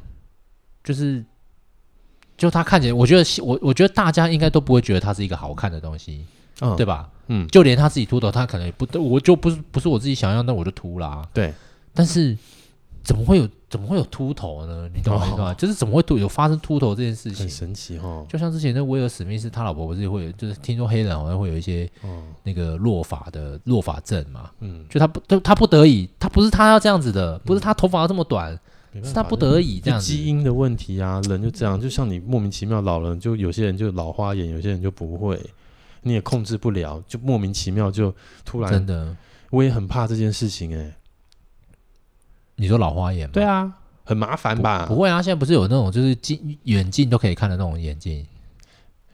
Speaker 1: 就是就他看起来，我觉得我我觉得大家应该都不会觉得它是一个好看的东西，
Speaker 2: 嗯，
Speaker 1: 对吧？
Speaker 2: 嗯，
Speaker 1: 就连他自己秃头，他可能也不，我就不是不是我自己想要，那我就秃啦。
Speaker 2: 对，
Speaker 1: 但是怎么会有怎么会有秃头呢？你懂我意思
Speaker 2: 哦
Speaker 1: 吗？就是怎么会秃有发生秃头这件事
Speaker 2: 很
Speaker 1: 情？
Speaker 2: 神奇哦。
Speaker 1: 就像之前那威尔史密斯，他老婆不是会有，就是听说黑人好像会有一些
Speaker 2: 哦，
Speaker 1: 那个落发的落发症嘛，
Speaker 2: 嗯，
Speaker 1: 就他不他他不得已，他不是他要这样子的，不是他头发要这么短，
Speaker 2: 没
Speaker 1: 是
Speaker 2: 办
Speaker 1: 他
Speaker 2: 法
Speaker 1: 不得已这
Speaker 2: 就
Speaker 1: 样子。
Speaker 2: 基因的问题啊，人就这样，就像你莫名其妙老了，就有些人就老花眼，有些人就不会，你也控制不了，就莫名其妙就突
Speaker 1: 真
Speaker 2: 然。
Speaker 1: 的，
Speaker 2: 我也很怕这件事情哎、
Speaker 1: 你说老花眼吗？
Speaker 2: 对啊，很麻烦吧？
Speaker 1: 不会啊，现在不是有那种就是近远近都可以看的那种眼镜，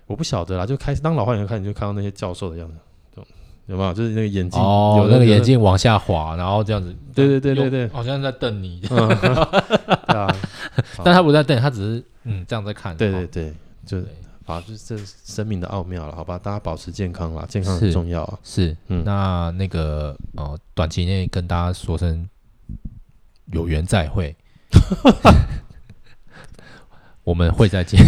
Speaker 2: 我不晓得啦，就开始当老花眼看，你就看到那些教授的样子，懂有没有？就是那个眼镜，
Speaker 1: 哦，
Speaker 2: 有的
Speaker 1: 那个
Speaker 2: 有的
Speaker 1: 眼镜往下滑，然后这样子，
Speaker 2: 对对对对对
Speaker 1: 用好像在瞪你，
Speaker 2: 嗯， 对啊，
Speaker 1: 但他不是在瞪你，他只是嗯这样在看。
Speaker 2: 对
Speaker 1: 哦
Speaker 2: 对对，就是
Speaker 1: 对
Speaker 2: 啊，就是这生命的奥妙了，好吧？大家保持健康啦，健康
Speaker 1: 是
Speaker 2: 很重要啊。
Speaker 1: 是，
Speaker 2: 嗯
Speaker 1: 那那个呃，短期内跟大家说声有缘再 会，我们会再见。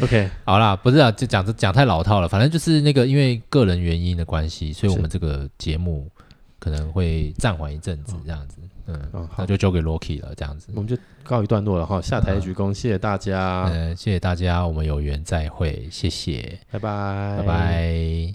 Speaker 2: OK，
Speaker 1: 好啦，不是啊，就讲这讲太老套了，反正就是那个因为个人原因的关系，所以我
Speaker 2: 是
Speaker 1: 们这个节目可能会暂缓一阵子这样子，嗯，
Speaker 2: 嗯，
Speaker 1: 那
Speaker 2: 好，嗯
Speaker 1: 就交给 Loki 了这样子。
Speaker 2: 我们就告一段落了哈，下台鞠躬，谢谢大家，
Speaker 1: 呃嗯，谢谢大家，我们有缘再会，谢谢，
Speaker 2: 拜拜，
Speaker 1: 拜。拜